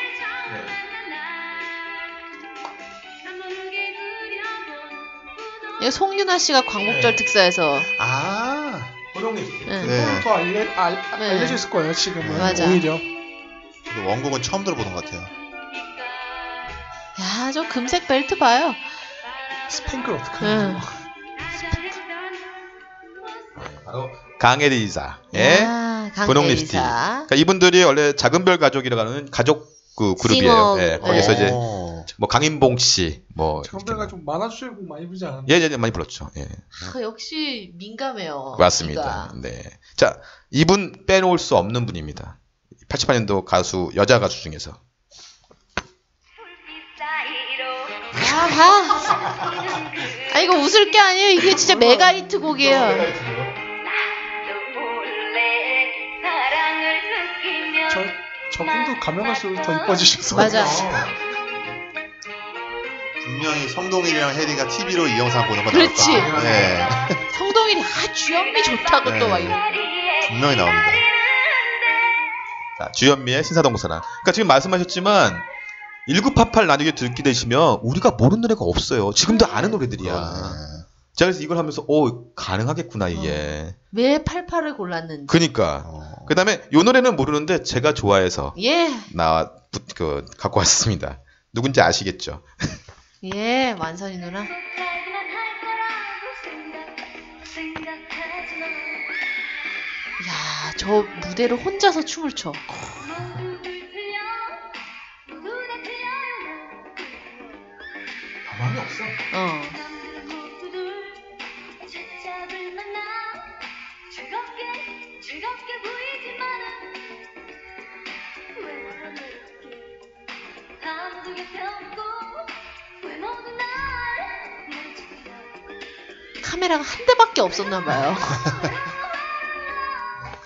Speaker 7: 가물게 그려본
Speaker 1: 이거 송윤아 씨가 광복절 특사에서
Speaker 4: 아, 호롱님.
Speaker 1: 응.
Speaker 5: 네.
Speaker 6: 더 알려 알,
Speaker 1: 네.
Speaker 6: 알려져 있을 거예요 지금은
Speaker 1: 맞아.
Speaker 6: 오히려
Speaker 5: 그 원곡은 처음 들어보는 것 같아요.
Speaker 1: 야 저 금색 벨트 봐요.
Speaker 6: 스팽글 어떡하냐
Speaker 1: 응.
Speaker 4: 아, 예, 바로 강혜리사. 예.
Speaker 1: 야, 아, 강대
Speaker 4: 분홍
Speaker 1: 리
Speaker 4: 립스틱.
Speaker 1: 사
Speaker 4: 그러니까 이분들이 원래 작은별 가족이라고 하는 가족 그 그룹이에요.
Speaker 1: 싱어,
Speaker 4: 예. 거기서
Speaker 1: 네.
Speaker 4: 이제
Speaker 5: 어.
Speaker 4: 뭐 강인봉 씨, 뭐 이렇게
Speaker 6: 정배가 좀 만화주제 곡 많이 부르지 않았나
Speaker 4: 예, 예, 예, 많이 불렀죠. 예.
Speaker 1: 아, 역시
Speaker 4: 어,
Speaker 1: 민감해요.
Speaker 4: 맞습니다.
Speaker 1: 귀가.
Speaker 4: 네. 자, 이분 빼놓을 수 없는 분입니다. 88년도 가수 여자 가수 중에서
Speaker 1: 아, 아. 아 이거 웃을 게 아니에요. 이게 진짜 메가히트 곡이에요.
Speaker 6: 저 저분도 가면 갈수록 더 이뻐지셔서
Speaker 1: 맞아.
Speaker 5: 분명히 성동일이랑 혜리가 TV로 이 영상 보는 거
Speaker 1: 그렇지.
Speaker 5: 나올 거예요. 네.
Speaker 1: 성동일이 아 주현미 좋다고
Speaker 5: 네.
Speaker 1: 또 와요.
Speaker 5: 분명히 나옵니다.
Speaker 4: 자, 주현미의 신사동사랑. 그러니까 지금 말씀하셨지만 1988 나누기 듣게 되시면 우리가 모르는 노래가 없어요. 지금도 아는 노래들이야.
Speaker 5: 네.
Speaker 4: 제가 그래서 이걸 하면서 오 가능하겠구나 이게.
Speaker 1: 왜 88을 골랐는지.
Speaker 4: 그니까.
Speaker 5: 어.
Speaker 4: 그다음에 요 노래는 모르는데 제가 좋아해서
Speaker 1: 예,
Speaker 4: 나 그 갖고 왔습니다. 누군지 아시겠죠?
Speaker 1: 예, 완선이 누나. 야, 저 무대를 혼자서 춤을 춰.
Speaker 4: 가만히 아, 없어.
Speaker 1: 어.
Speaker 7: 즐겁게 즐겁게 보이지 마라 외롭게 감독의 평고 왜 모든 날 멈춘다
Speaker 1: 카메라가 한 대밖에 없었나 봐요.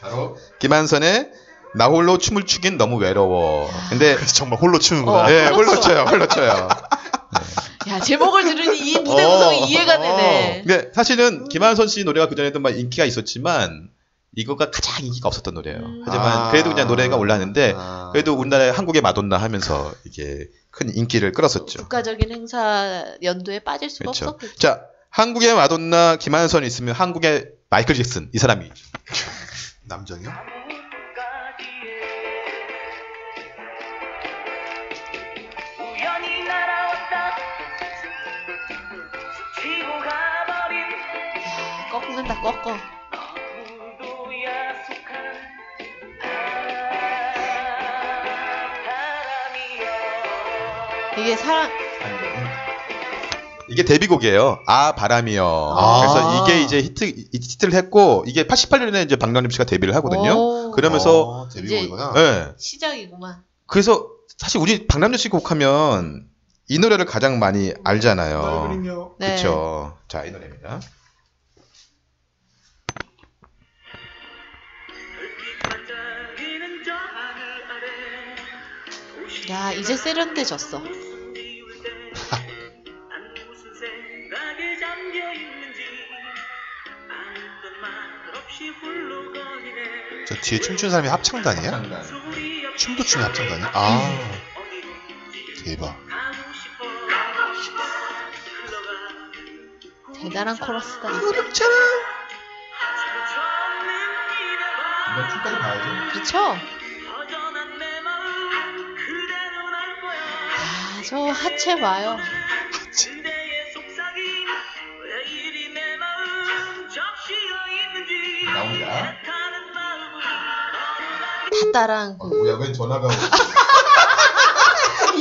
Speaker 4: 바로 김한선의 나 홀로 춤을 추긴 너무 외로워. 근데
Speaker 5: 네, 그래서 정말 홀로 추는구나.
Speaker 1: 어.
Speaker 4: 예, 홀로 쳐요, 홀로 쳐요.
Speaker 1: 야, 제목을 들으니 이 무대 구성이
Speaker 4: 어.
Speaker 1: 이해가 되네.
Speaker 4: 근데 사실은 김한선 씨 노래가 그전에도 막 인기가 있었지만 이거가 가장 인기가 없었던 노래예요.
Speaker 1: 음.
Speaker 4: 하지만
Speaker 5: 아.
Speaker 4: 그래도 그냥 노래가 올랐는데
Speaker 5: 아.
Speaker 4: 그래도 우리나라의 한국의 마돈나 하면서 이게 큰 인기를 끌었었죠.
Speaker 1: 국가적인 행사 연도에 빠질 수가
Speaker 4: 그렇죠.
Speaker 1: 없었겠죠.
Speaker 4: 자, 한국의 마돈나 김한선이 있으면 한국의 마이클 잭슨 이 사람이
Speaker 5: 남정이요?
Speaker 2: 우연히 날아왔다 스치고 가버린
Speaker 1: 야, 꺾는다, 꺾어.
Speaker 2: 너무도 약속한 아, 바람이야
Speaker 1: 이게 사랑
Speaker 4: 네. 이게 데뷔곡이에요. 아 바람이요.
Speaker 1: 아.
Speaker 4: 그래서 이게 이제 히트 이- 히트를 했고 이게 88년에 이제 박나림 씨가 데뷔를 하거든요.
Speaker 1: 오,
Speaker 4: 그러면서
Speaker 5: 어, 데뷔곡이구나.
Speaker 4: 예.
Speaker 1: 시작이구만.
Speaker 4: 그래서 사실 우리 박남준 씨 곡하면 이 노래를 가장 많이
Speaker 6: 널
Speaker 4: 알잖아요.
Speaker 6: 그리며
Speaker 1: 네.
Speaker 4: 그렇죠. 자, 이 노래입니다.
Speaker 1: 야 이제 세련돼졌어.
Speaker 5: 저 뒤에 춤추는 사람이 합창단이야? 춤도 추는 합창단이야? 예. 아 대박.
Speaker 1: 대단한 코러스다.
Speaker 4: 이번 춤까지 봐야죠.
Speaker 1: 그쵸? 아, 저 하체 봐요.
Speaker 4: 나옵니다.
Speaker 1: 다따랑.
Speaker 5: 음.
Speaker 4: 뭐야, 웬 전화가 오고.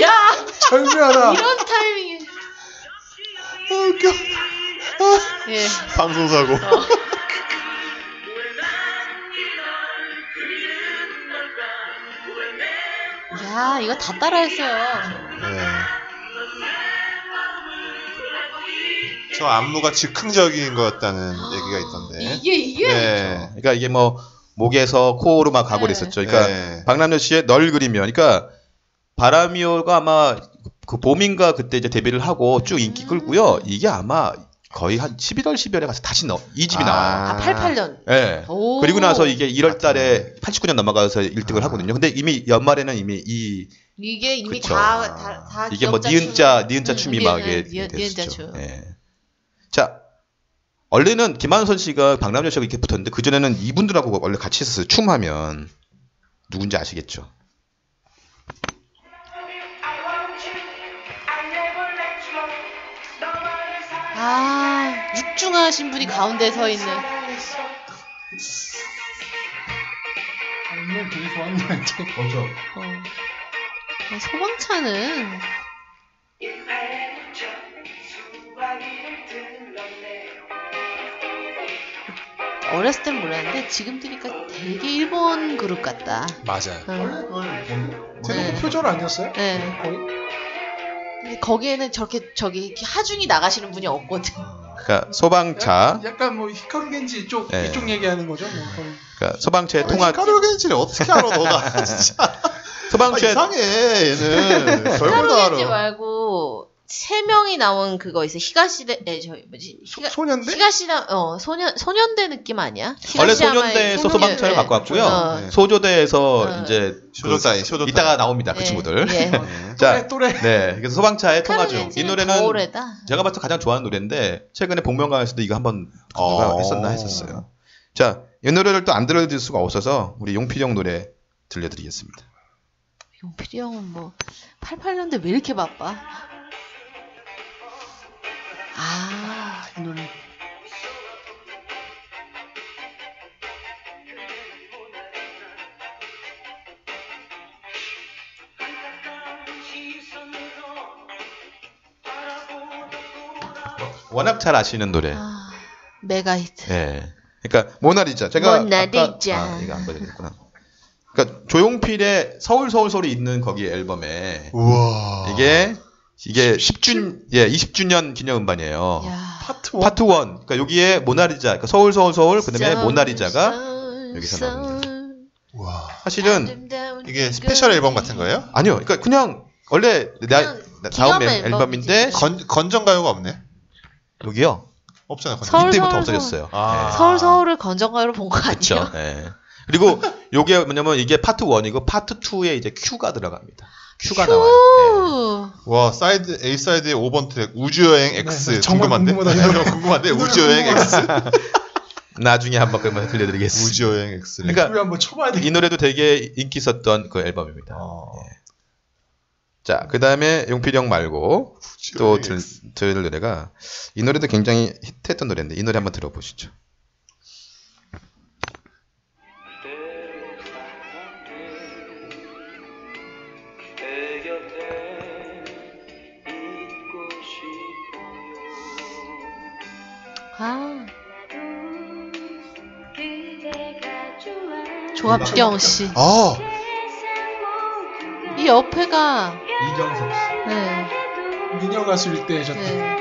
Speaker 1: 야!
Speaker 6: 절묘하다.
Speaker 1: 이런 타이밍에. 예. 어.
Speaker 5: 방송사고.
Speaker 1: 야, 이거 다 따라했어요.
Speaker 5: 네. 저 안무가 즉흥적인 거였다는
Speaker 4: 아,
Speaker 5: 얘기가 있던데.
Speaker 1: 이게, 이게.
Speaker 5: 네.
Speaker 4: 그러니까 이게 뭐 목에서 코로 막 가고
Speaker 1: 네.
Speaker 4: 그랬었죠. 그러니까
Speaker 5: 네.
Speaker 4: 박남준 씨의 널 그리며. 그러니까 바람이요가 아마 그 봄인가 그때 이제 데뷔를 하고 쭉 인기
Speaker 1: 음.
Speaker 4: 끌고요. 이게 아마 거의 한 11월 12월에 가서 다시 너, 이 집이
Speaker 5: 아.
Speaker 4: 나와요.
Speaker 1: 아, 88년.
Speaker 4: 예.
Speaker 1: 오.
Speaker 4: 그리고 나서 이게 1월 달에
Speaker 5: 맞네.
Speaker 4: 89년 넘어가서 1등을
Speaker 5: 아.
Speaker 4: 하거든요. 근데 이미 연말에는 이미 이
Speaker 1: 이게 이미
Speaker 4: 그쵸.
Speaker 1: 다, 다, 다.
Speaker 4: 이게 뭐
Speaker 1: 기억자 춤.
Speaker 4: 니은자 니은자
Speaker 1: 음,
Speaker 4: 춤이
Speaker 1: 니-
Speaker 4: 막
Speaker 1: 니-
Speaker 4: 이게
Speaker 1: 니- 니은자
Speaker 4: 됐었죠.
Speaker 1: 춤.
Speaker 4: 예. 자 원래는 김한선 씨가 박남준 씨가 이렇게 붙었는데 그 전에는 이분들하고 원래 같이 있었어요. 춤하면 누군지 아시겠죠?
Speaker 1: 아, 육중하신 분이 가운데 서 있는.
Speaker 6: 오늘 되게 좋았는데.
Speaker 4: 그렇죠.
Speaker 1: 어. 아, 소방차는. 어렸을 땐 몰랐는데 지금 들으니까 되게 일본 그룹 같다. 어.
Speaker 5: 맞아.
Speaker 1: 응.
Speaker 6: 되게
Speaker 1: 네.
Speaker 6: 표절 아니었어요?
Speaker 1: 네.
Speaker 6: 거의?
Speaker 1: 근데 거기에는 저렇게 저기 이렇게 하중이 나가시는 분이 없거든. 음.
Speaker 4: 그러니까 소방차,
Speaker 6: 약간 뭐 히카루 겐지 이쪽
Speaker 4: 네.
Speaker 6: 이쪽 얘기하는 거죠. 뭐 거의.
Speaker 4: 그러니까
Speaker 5: 어,
Speaker 4: 소방차의 통화,
Speaker 5: 카르겐지를 어떻게 알아 너가 진짜 아,
Speaker 4: 소방차의
Speaker 5: 이상해 얘는 별걸 다
Speaker 1: 히카루겐지
Speaker 5: 알아
Speaker 1: 말고 세 명이 나온 그거 있어. 히가시대 에 저기 뭐지? 히가
Speaker 6: 소년데?
Speaker 4: 네.
Speaker 1: 히가시라 어 소년 소년대 느낌 아니야?
Speaker 4: 원래
Speaker 1: 히가시야마의
Speaker 4: 소년대에서 소방차를
Speaker 1: 예.
Speaker 4: 갖고 왔고요.
Speaker 1: 어.
Speaker 5: 네.
Speaker 4: 소조대에서
Speaker 1: 어.
Speaker 4: 이제 그
Speaker 5: 쇼조타이 쇼조타이
Speaker 4: 이따가 나옵니다. 그
Speaker 1: 예.
Speaker 4: 친구들.
Speaker 1: 예.
Speaker 5: 네.
Speaker 4: 자,
Speaker 6: 또래 또래.
Speaker 4: 네. 그래서 소방차의 통화 중. 이
Speaker 1: 히카루겐지는 더
Speaker 4: 노래는
Speaker 1: 오래다.
Speaker 4: 제가 봤을 때 가장 좋아하는 노래인데 최근에 복면가에서도 이거 한번
Speaker 5: 어.
Speaker 4: 누가 했었나 했었어요. 자, 이 노래를 또 안 들려드릴 수가 없어서 우리 용필형 노래 들려드리겠습니다.
Speaker 1: 용필이 형은 뭐 88년대 왜 이렇게 바빠? 아
Speaker 6: 이 노래.
Speaker 4: 워낙 잘 아시는 노래.
Speaker 1: 아, 메가히트.
Speaker 4: 예. 그러니까 모나리자. 제가
Speaker 1: 모나리자.
Speaker 4: 아까, 아, 이거 안 보여드렸구나. 그러니까 조용필의 서울 서울 서울이 있는 거기 앨범에
Speaker 5: 우와
Speaker 4: 이게 이게 10주 예 20주년 기념 음반이에요.
Speaker 1: 야.
Speaker 6: 파트 1.
Speaker 4: 파트 1. 그러니까 여기에 모나리자. 그러니까 서울 서울 서울 그다음에 모나리자가
Speaker 1: 서울,
Speaker 4: 여기서 나옵니다.
Speaker 1: 서울,
Speaker 5: 우와
Speaker 4: 사실은
Speaker 1: 아름다운
Speaker 5: 이게
Speaker 1: 그
Speaker 5: 스페셜 앨범 같은 거예요?
Speaker 4: 아니요. 그러니까 그냥 원래 나,
Speaker 1: 그냥
Speaker 4: 나 다음
Speaker 1: 기념
Speaker 4: 앨- 앨범인데
Speaker 1: 앨범이지.
Speaker 5: 건, 건전 가요가 없네
Speaker 4: 여기요.
Speaker 5: 없잖아 건전
Speaker 1: 서울,
Speaker 4: 이때부터
Speaker 1: 서울,
Speaker 4: 없어졌어요.
Speaker 5: 아.
Speaker 1: 서울 서울을 건전가요로 본 거
Speaker 4: 예. 그렇죠.
Speaker 1: 아니에요?
Speaker 4: 예. 그리고 요게 뭐냐면 이게 파트 1이고 파트 2에 이제 Q가 들어갑니다. Q가 나와요. 네.
Speaker 1: 휴.
Speaker 5: 와 사이드 A 사이드의 5번 트랙 우주여행 X
Speaker 6: 네, 정말
Speaker 5: 궁금한데
Speaker 6: 궁금하다.
Speaker 5: 네, 정말 궁금한데 우주여행 X
Speaker 4: 예. 나중에 한번 그러면 들려드리겠습니다.
Speaker 5: 우주여행 X
Speaker 4: 그러니까
Speaker 6: 우리 한번 쳐봐야 돼.
Speaker 4: 이 노래도 되게 인기 있었던 그
Speaker 5: 아.
Speaker 4: 앨범입니다.
Speaker 5: 어.
Speaker 4: 예. 자, 그 다음에 용필형 말고 또 들, 들 노래가 이 노래도 굉장히 히트했던 노래인데 이 노래 한번 들어보시죠.
Speaker 2: 내 곁에
Speaker 1: 아,
Speaker 4: 음악.
Speaker 1: 조합경 씨.
Speaker 5: 어,
Speaker 1: 이 옆에가
Speaker 4: 이정섭 씨.
Speaker 1: 네,
Speaker 6: 미녀 가수 일대 해줬던
Speaker 1: 네.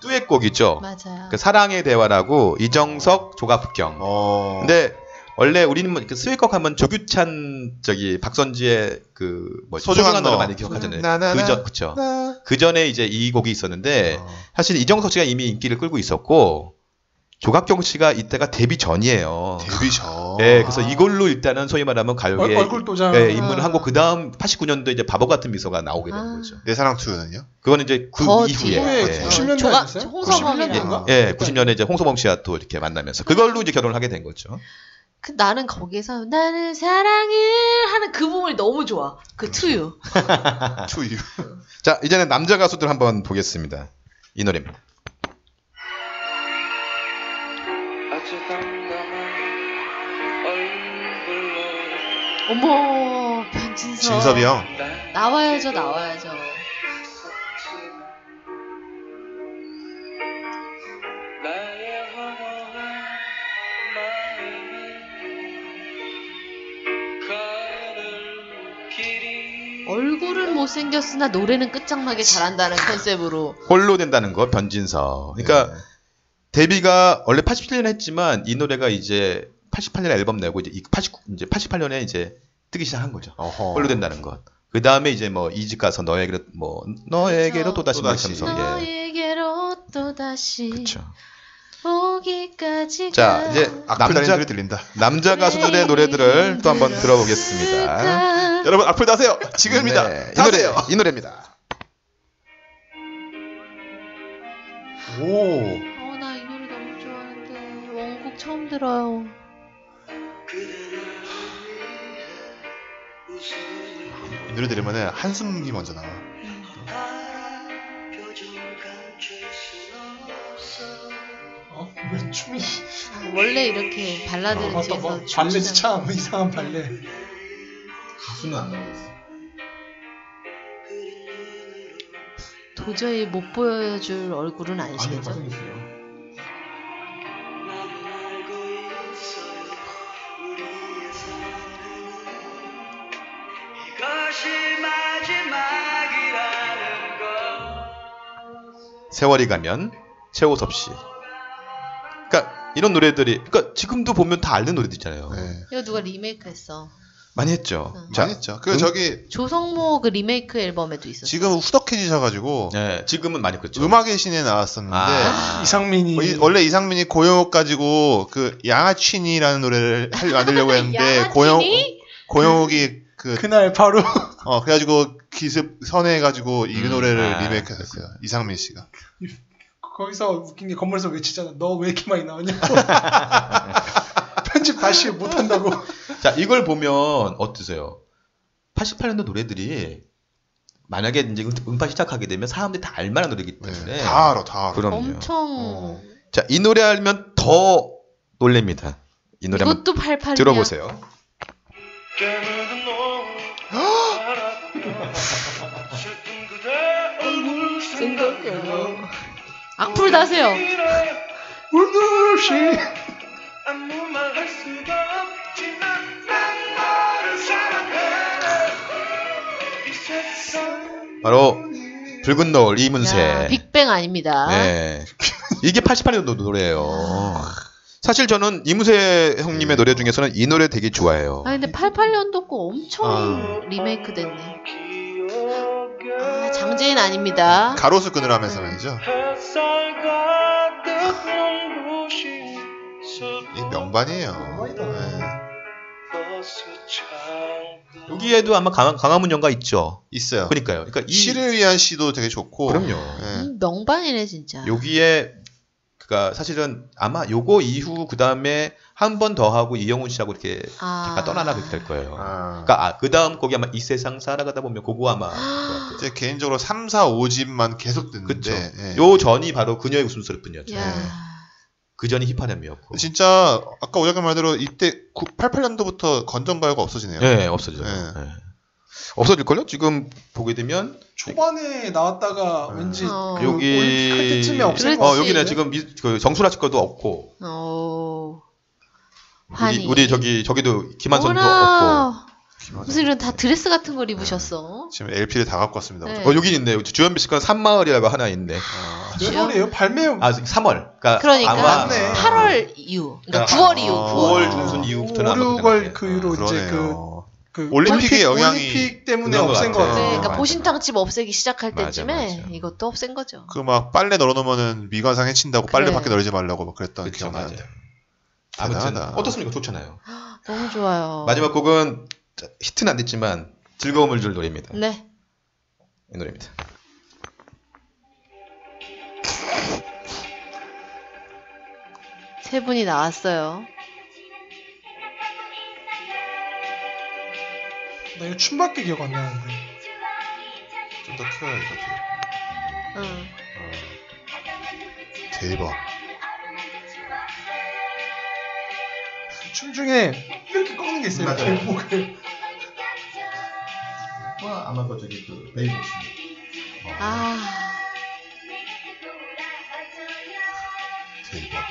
Speaker 4: 듀엣곡이죠.
Speaker 1: 맞아요.
Speaker 4: 그 사랑의 대화라고 이정석 조갑경.
Speaker 5: 어.
Speaker 4: 근데 원래 우리는 뭐그 스윗곡 하면 조규찬 저기 박선지의 그 뭐지?
Speaker 5: 소중한 너.
Speaker 4: 많이 기억하잖아요.
Speaker 5: 나나나.
Speaker 4: 그전 그쵸.
Speaker 5: 나.
Speaker 4: 그 전에 이제 이 곡이 있었는데
Speaker 5: 어.
Speaker 4: 사실 이정석 씨가 이미 인기를 끌고 있었고 조갑경 씨가 이때가 데뷔 전이에요.
Speaker 5: 데뷔 아. 전.
Speaker 4: 예, 그래서 이걸로 일단은 소위 말하면 가요계
Speaker 6: 얼, 굴 아. 도장
Speaker 4: 예, 입문을 하고 그 다음 89년도 이제 바보 같은 미소가 나오게 되는
Speaker 1: 아.
Speaker 4: 거죠.
Speaker 5: 내 사랑 투는요?
Speaker 4: 그거는 이제 그
Speaker 1: 더
Speaker 4: 이후에
Speaker 1: 뒤에.
Speaker 4: 예.
Speaker 6: 네. 90년대
Speaker 1: 조각-
Speaker 6: 아니었어요?
Speaker 1: 홍서범이랑.
Speaker 6: 90년대인가? 어, 인가?
Speaker 4: 예, 90년에 이제 홍소범 씨와 또 이렇게 만나면서 그걸로 이제 결혼을 하게 된 거죠.
Speaker 1: 그 나는 거기에서 나는 사랑을 하는 그 부분이 너무 좋아. 그 투유.
Speaker 5: 투유.
Speaker 4: 자, 이제는 남자 가수들 한번 보겠습니다. 이 노래입니다.
Speaker 3: 아주 담담한 얼굴로
Speaker 1: 어머, 변진섭.
Speaker 5: 진섭이 형.
Speaker 3: 날
Speaker 1: 나와야죠, 나와야죠.
Speaker 3: 섞지만 나의 허허한 마음이 가는 길이
Speaker 1: 얼굴은 못생겼으나 노래는 끝장나게 잘한다는 컨셉으로.
Speaker 4: 홀로 된다는 거 변진서.
Speaker 5: 네.
Speaker 4: 그러니까 데뷔가 원래 87년 했지만 이 노래가 이제 88년에 앨범 내고 이제 89 이제 88년에 이제 뜨기 시작한 거죠.
Speaker 5: 어허.
Speaker 4: 홀로 된다는 것. 그 다음에 이제 뭐 이집 가서 너에게로 뭐 너에게로 또 다시
Speaker 5: 또다시.
Speaker 4: 말하면서 예.
Speaker 1: 너에게로 또 다시
Speaker 4: 그렇죠.
Speaker 1: 오기까지.
Speaker 4: 자, 이제
Speaker 5: 악플다는
Speaker 4: 남자-
Speaker 5: 소리 들린다.
Speaker 4: 남자 가수들의 노래들을 또 한번
Speaker 5: 네.
Speaker 4: 들어보겠습니다.
Speaker 5: 여러분 악플 다세요. 지금입니다.
Speaker 4: 네, 이 노래
Speaker 5: 다세요.
Speaker 4: 이 노래입니다.
Speaker 5: 오.
Speaker 1: 어, 나 이 노래 너무 좋아하는데 원곡 처음 들어요.
Speaker 5: 이 노래 들으면 한숨이 먼저 나와.
Speaker 6: 어? 왜 춤이
Speaker 1: 네, 아, 원래 이렇게 발라드를
Speaker 6: 아,
Speaker 1: 뒤에서
Speaker 6: 뭐, 발레 참 이상한 발레
Speaker 4: 가수는 안 나오겠어.
Speaker 1: 도저히 못 보여줄 얼굴은 아니시겠죠?
Speaker 6: 있어요
Speaker 3: 이것이 마지막이라는
Speaker 4: 세월이 가면 최호섭 씨. 그러니까 이런 노래들이 그러니까 지금도 보면 다 알는 노래들이잖아요.
Speaker 5: 네.
Speaker 1: 이거 누가 리메이크했어?
Speaker 4: 많이 했죠.
Speaker 1: 응.
Speaker 4: 자,
Speaker 5: 잘했죠. 그
Speaker 4: 음?
Speaker 5: 저기
Speaker 1: 조성모 그 리메이크 앨범에도 있었어.
Speaker 5: 지금 후덕해지셔가지고
Speaker 4: 예, 지금은 많이 그렇죠.
Speaker 5: 음악의 신에 나왔었는데
Speaker 4: 아.
Speaker 6: 이상민이
Speaker 5: 뭐 이- 원래 이상민이 고영욱 가지고 그 양아친이라는 노래를 할- 만들려고 했는데 고영
Speaker 1: 야친이?
Speaker 5: 고영욱이 그
Speaker 6: 그날 바로
Speaker 5: 어, 그래가지고 기습 선회해가지고 이
Speaker 4: 음,
Speaker 5: 노래를
Speaker 4: 아,
Speaker 5: 리메이크했어요. 이상민 씨가.
Speaker 6: 거기서 웃긴 게 건물에서 외치잖아 너 왜 이렇게 많이 나오냐고 편집 다시 못한다고
Speaker 4: 자, 이걸 보면 어떠세요? 88년도 노래들이 만약에 이제 음- 음파 시작하게 되면 사람들이 다 알만한 노래이기
Speaker 5: 네.
Speaker 4: 때문에
Speaker 5: 다 알아, 다 알아.
Speaker 4: 그럼요.
Speaker 1: 엄청
Speaker 5: 어.
Speaker 4: 자, 이 노래 알면 더 놀랍니다. 이 노래 한번
Speaker 1: 이것도 88이야.
Speaker 4: 들어보세요.
Speaker 3: 때묻은 너를 알았다. 슬픈 그대 얼굴 생각나요.
Speaker 1: 악플 다세요.
Speaker 3: 이래
Speaker 6: 울도 없이
Speaker 3: 아무 말 할 수가 없지만 난 너를 사랑해 이 세상
Speaker 4: 바로 붉은 노을 이문세.
Speaker 1: 야, 빅뱅 아닙니다.
Speaker 4: 네. 이게 88년도 노래예요. 사실 저는 이문세 형님의 노래 중에서는 이 노래 되게 좋아해요.
Speaker 1: 아 근데 88년도 거 엄청
Speaker 5: 아.
Speaker 1: 리메이크 됐네.
Speaker 3: 기억에
Speaker 1: 아, 장재인 아닙니다.
Speaker 5: 가로수 끊으라면서 말이죠.
Speaker 3: 햇살 가득한 곳이
Speaker 5: 이 명반이에요.
Speaker 6: 명반이다.
Speaker 5: 네.
Speaker 3: 버스 창가
Speaker 4: 여기에도 아마 강, 강화문 연가 있죠.
Speaker 5: 있어요.
Speaker 4: 그러니까요. 그러니까 이
Speaker 5: 시를 위한 시도 되게 좋고.
Speaker 4: 그럼요.
Speaker 5: 네.
Speaker 1: 음, 명반이네 진짜.
Speaker 4: 여기에 그니까 사실은 아마 요거 이후 그 다음에 한 번 더 하고 이영훈 씨하고 이렇게
Speaker 1: 아.
Speaker 4: 잠깐 떠나나 그렇게 될 거예요.
Speaker 5: 아.
Speaker 4: 그러니까 아, 그 다음 곡이 아마 이 세상 살아가다 보면 그거 아마 될것 같아요.
Speaker 5: 제 개인적으로 3, 4, 5집만 계속 듣는데.
Speaker 4: 그쵸.
Speaker 5: 예.
Speaker 4: 요 전이 바로 그녀의 웃음소리뿐이었죠.
Speaker 1: 야.
Speaker 5: 네.
Speaker 4: 그 전이 힙합이었고.
Speaker 5: 진짜 아까 오작가 말대로 이때 88년도부터 건전가요가 없어지네요.
Speaker 4: 예, 없어져요.
Speaker 5: 네.
Speaker 4: 예. 없어질걸요? 지금 보게 되면
Speaker 6: 초반에 나왔다가 왠지
Speaker 1: 어.
Speaker 6: 그 올림픽 할
Speaker 4: 아. 여기
Speaker 6: 때쯤에 없을 것
Speaker 1: 그렇지.
Speaker 4: 어 여기는 지금 미, 그 정수라 씨거도 없고
Speaker 1: 어. 환희.
Speaker 4: 우리, 우리 저기 저기도 김한선도
Speaker 1: 어머나.
Speaker 4: 없고
Speaker 1: 무슨 이런 다 드레스 같은 걸 입으셨어.
Speaker 5: 지금 LP를 다 갖고 왔습니다.
Speaker 1: 네.
Speaker 4: 어 여기 있네 주연비 씨건 산마을이라고 하나 있네
Speaker 5: 어.
Speaker 6: 왜 그래요? 발매요.
Speaker 4: 아 3월 그러니까,
Speaker 1: 그러니까
Speaker 4: 아마
Speaker 6: 맞네.
Speaker 4: 음.
Speaker 1: 8월 이후, 그러니까 9월 이후, 9월.
Speaker 5: 아,
Speaker 4: 9월 중순 이후부터는 아마
Speaker 6: 5,
Speaker 4: 끝나겠네.
Speaker 6: 6월 그 이후로 이제 그,
Speaker 5: 그러네요.
Speaker 6: 그
Speaker 5: 올림픽의
Speaker 6: 올림픽-
Speaker 5: 영향이
Speaker 6: 올림픽 때문에
Speaker 4: 있는 것
Speaker 6: 없앤 것
Speaker 4: 같아요.
Speaker 6: 같아요.
Speaker 1: 네, 그러니까
Speaker 4: 맞아,
Speaker 1: 보신탕집 없애기 시작할
Speaker 4: 맞아,
Speaker 1: 때쯤에
Speaker 4: 맞아.
Speaker 1: 이것도 없앤 거죠.
Speaker 5: 그 막 빨래 널어놓으면은 미관상 해친다고 빨래
Speaker 1: 그래.
Speaker 5: 밖에 널지 말라고 막 그랬던
Speaker 4: 그렇죠
Speaker 5: 기억이
Speaker 4: 맞아요
Speaker 5: 나는데.
Speaker 4: 아무튼
Speaker 5: 대단하다.
Speaker 4: 어떻습니까 좋잖아요
Speaker 1: 너무 좋아요.
Speaker 4: 마지막 곡은 히트는 안 됐지만 즐거움을 줄 노래입니다
Speaker 1: 네.
Speaker 4: 이 노래입니다
Speaker 1: 세 분이 나왔어요.
Speaker 6: 나 이거 춤밖에 기억 안 나는데.
Speaker 5: 좀 더 틀어야 될것 같아요.
Speaker 1: 응.
Speaker 5: 대박.
Speaker 6: 춤 중에 이렇게 꺾는 게 있어요.
Speaker 4: 맞아요.
Speaker 6: 이렇게 목을.
Speaker 5: 어.
Speaker 4: 아마 그 저기 그 베이복스
Speaker 1: 아,
Speaker 5: 대박.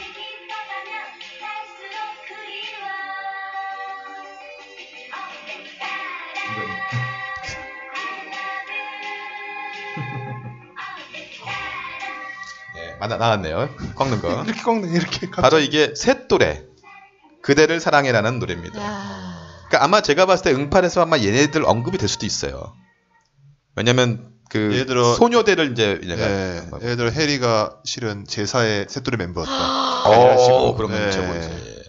Speaker 4: 네, 맞아 나왔네요. 꺾는 거.
Speaker 6: 이렇게 꺾는 이렇게. 갑자기.
Speaker 4: 바로 이게 새 또래 그대를 사랑해라는 노래입니다.
Speaker 1: 야,
Speaker 4: 그러니까 아마 제가 봤을 때 응팔에서 아마 얘네들 언급이 될 수도 있어요. 왜냐면 그
Speaker 5: 예를 들어-
Speaker 4: 소녀대를 이제
Speaker 5: 예,
Speaker 4: 내가 막-
Speaker 5: 예를 들어 해리가 실은 제사의 새뚜리
Speaker 1: 아.
Speaker 5: 멤버였다.
Speaker 4: 어, 그런
Speaker 5: 예.
Speaker 4: 건 제목이지.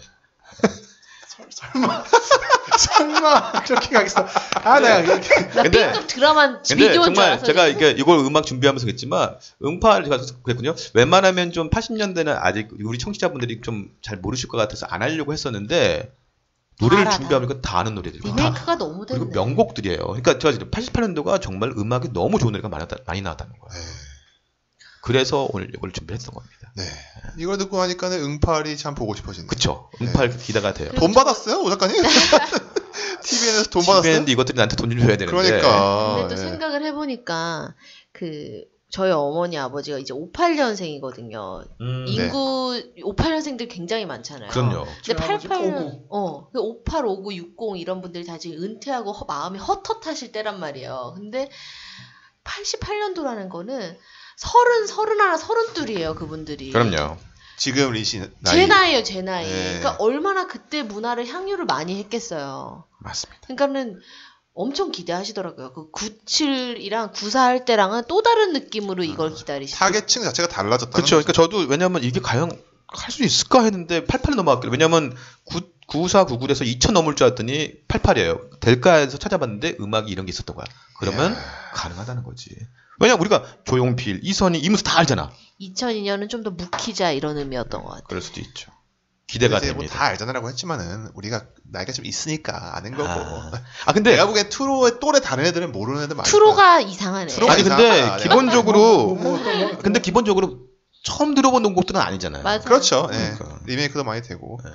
Speaker 6: 설- 설마. 설마. 그렇게 가겠어. 아,
Speaker 4: 네.
Speaker 6: 나 이렇게.
Speaker 1: 나
Speaker 4: 근데-
Speaker 1: B급 드라마
Speaker 4: 근데
Speaker 1: 비디오인 줄
Speaker 4: 정말
Speaker 1: 알았어.
Speaker 4: 제가 이게 이걸 음악 준비하면서 그랬지만 응팔 제가 그랬군요. 웬만하면 좀 80년대는 아직 우리 청취자분들이 좀 잘 모르실 것 같아서 안 하려고 했었는데 노래를
Speaker 1: 다 알아,
Speaker 4: 준비하니까 다 아는 노래들. 다
Speaker 1: 리메이크가 너무
Speaker 4: 그리고
Speaker 1: 됐네.
Speaker 4: 명곡들이에요. 그러니까 제가 지금 88년도가 정말 음악이 너무 좋은 노래가 많았다, 많이 나왔다는 거예요. 그래서 오늘 이걸 준비했던 겁니다.
Speaker 5: 네. 이걸 듣고 하니까는 응팔이 참 보고 싶어지네.
Speaker 4: 그쵸? 음팔 기대가 돼요.
Speaker 5: 돈 받았어요, 오 작가님? TVN에서 돈 받았어요?
Speaker 4: 집에는데 이것들이 나한테 돈을 줘야 되는데.
Speaker 5: 그러니까.
Speaker 4: 아,
Speaker 1: 근데 또
Speaker 5: 예.
Speaker 1: 생각을 해보니까 그 저희 어머니 아버지가 이제 58년생이거든요.
Speaker 4: 음,
Speaker 5: 이-
Speaker 1: 네. 인구 58년생들 굉장히 많잖아요.
Speaker 4: 그럼요.
Speaker 6: 저희
Speaker 1: 근데
Speaker 6: 아버지
Speaker 1: 88,
Speaker 6: 오구.
Speaker 1: 어, 58, 59, 60 이런 분들이 다 지금 은퇴하고 허- 마음이 헛헛하실 때란 말이에요. 근데 88년도라는 거는 서른, 서른 하나, 서른 둘이에요, 그분들이.
Speaker 4: 그럼요.
Speaker 5: 지금 리신 나이.
Speaker 1: 제 나이예요, 제 나이.
Speaker 5: 네.
Speaker 1: 그러니까 얼마나 그때 문화를 향유를 많이 했겠어요.
Speaker 4: 맞습니다.
Speaker 1: 그러니까는 엄청 기대하시더라고요. 그 97이랑 94할 때랑은 또 다른 느낌으로 이걸 기다리시죠.
Speaker 5: 아, 타겟층 자체가 달라졌다.
Speaker 4: 그쵸? 그러니까 저도 왜냐면 이게 과연 할 수 있을까 했는데 88을 넘어갔길래. 왜냐면 9, 9499에서 2000 넘을 줄 알았더니 88이에요. 될까 해서 찾아봤는데 음악이 이런 게 있었던 거야. 그러면
Speaker 5: 예.
Speaker 4: 가능하다는 거지. 왜냐면 우리가 조용필, 이선희, 이문수 다 알잖아.
Speaker 1: 2002년은 좀 더 묵히자 이런 의미였던 것 같아요.
Speaker 4: 그럴 수도 있죠. 기대가
Speaker 5: 이제
Speaker 4: 됩니다.
Speaker 5: 뭐다 알잖아라고 했지만은 우리가 나이가 좀 있으니까 아는 거고.
Speaker 4: 아, 아, 근데
Speaker 5: 내가 보기엔 투로의 또래 다른 애들은 모르는 애들 많아.
Speaker 1: 트로가 이상하네.
Speaker 5: 트로가
Speaker 4: 아니 근데
Speaker 5: 이상하다.
Speaker 6: 뭐,
Speaker 4: 기본적으로
Speaker 6: 뭐, 또 뭐.
Speaker 4: 근데 기본적으로 처음 들어본 농곡들은 아니잖아요.
Speaker 1: 맞아.
Speaker 5: 그렇죠. 예.
Speaker 4: 그러니까.
Speaker 5: 리메이크도 많이 되고.
Speaker 4: 예.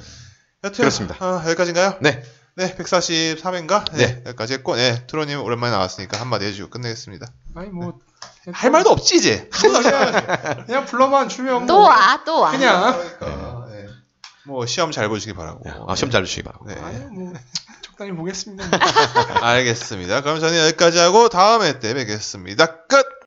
Speaker 5: 여튼
Speaker 4: 그렇습니다.
Speaker 5: 아, 여기까지인가요?
Speaker 4: 네.
Speaker 5: 네, 143회인가?
Speaker 4: 네.
Speaker 5: 여기까지 했고, 네, 트로님 오랜만에 나왔으니까 한마디 해주고 끝내겠습니다.
Speaker 6: 아니, 뭐.
Speaker 5: 할 말도 없지 이제.
Speaker 6: 그냥, 그냥 불러만 주면.
Speaker 1: 또
Speaker 6: 뭐
Speaker 1: 와, 또 와.
Speaker 6: 그냥.
Speaker 5: 그러니까,
Speaker 4: 네.
Speaker 5: 예. 뭐 시험 잘 보시기 바라고.
Speaker 4: 아, 시험 잘 주시기 바라고.
Speaker 5: 네.
Speaker 6: 아니, 뭐. 적당히 보겠습니다.
Speaker 5: 알겠습니다. 그럼 저는 여기까지 하고 다음 회 때 뵙겠습니다. 끝.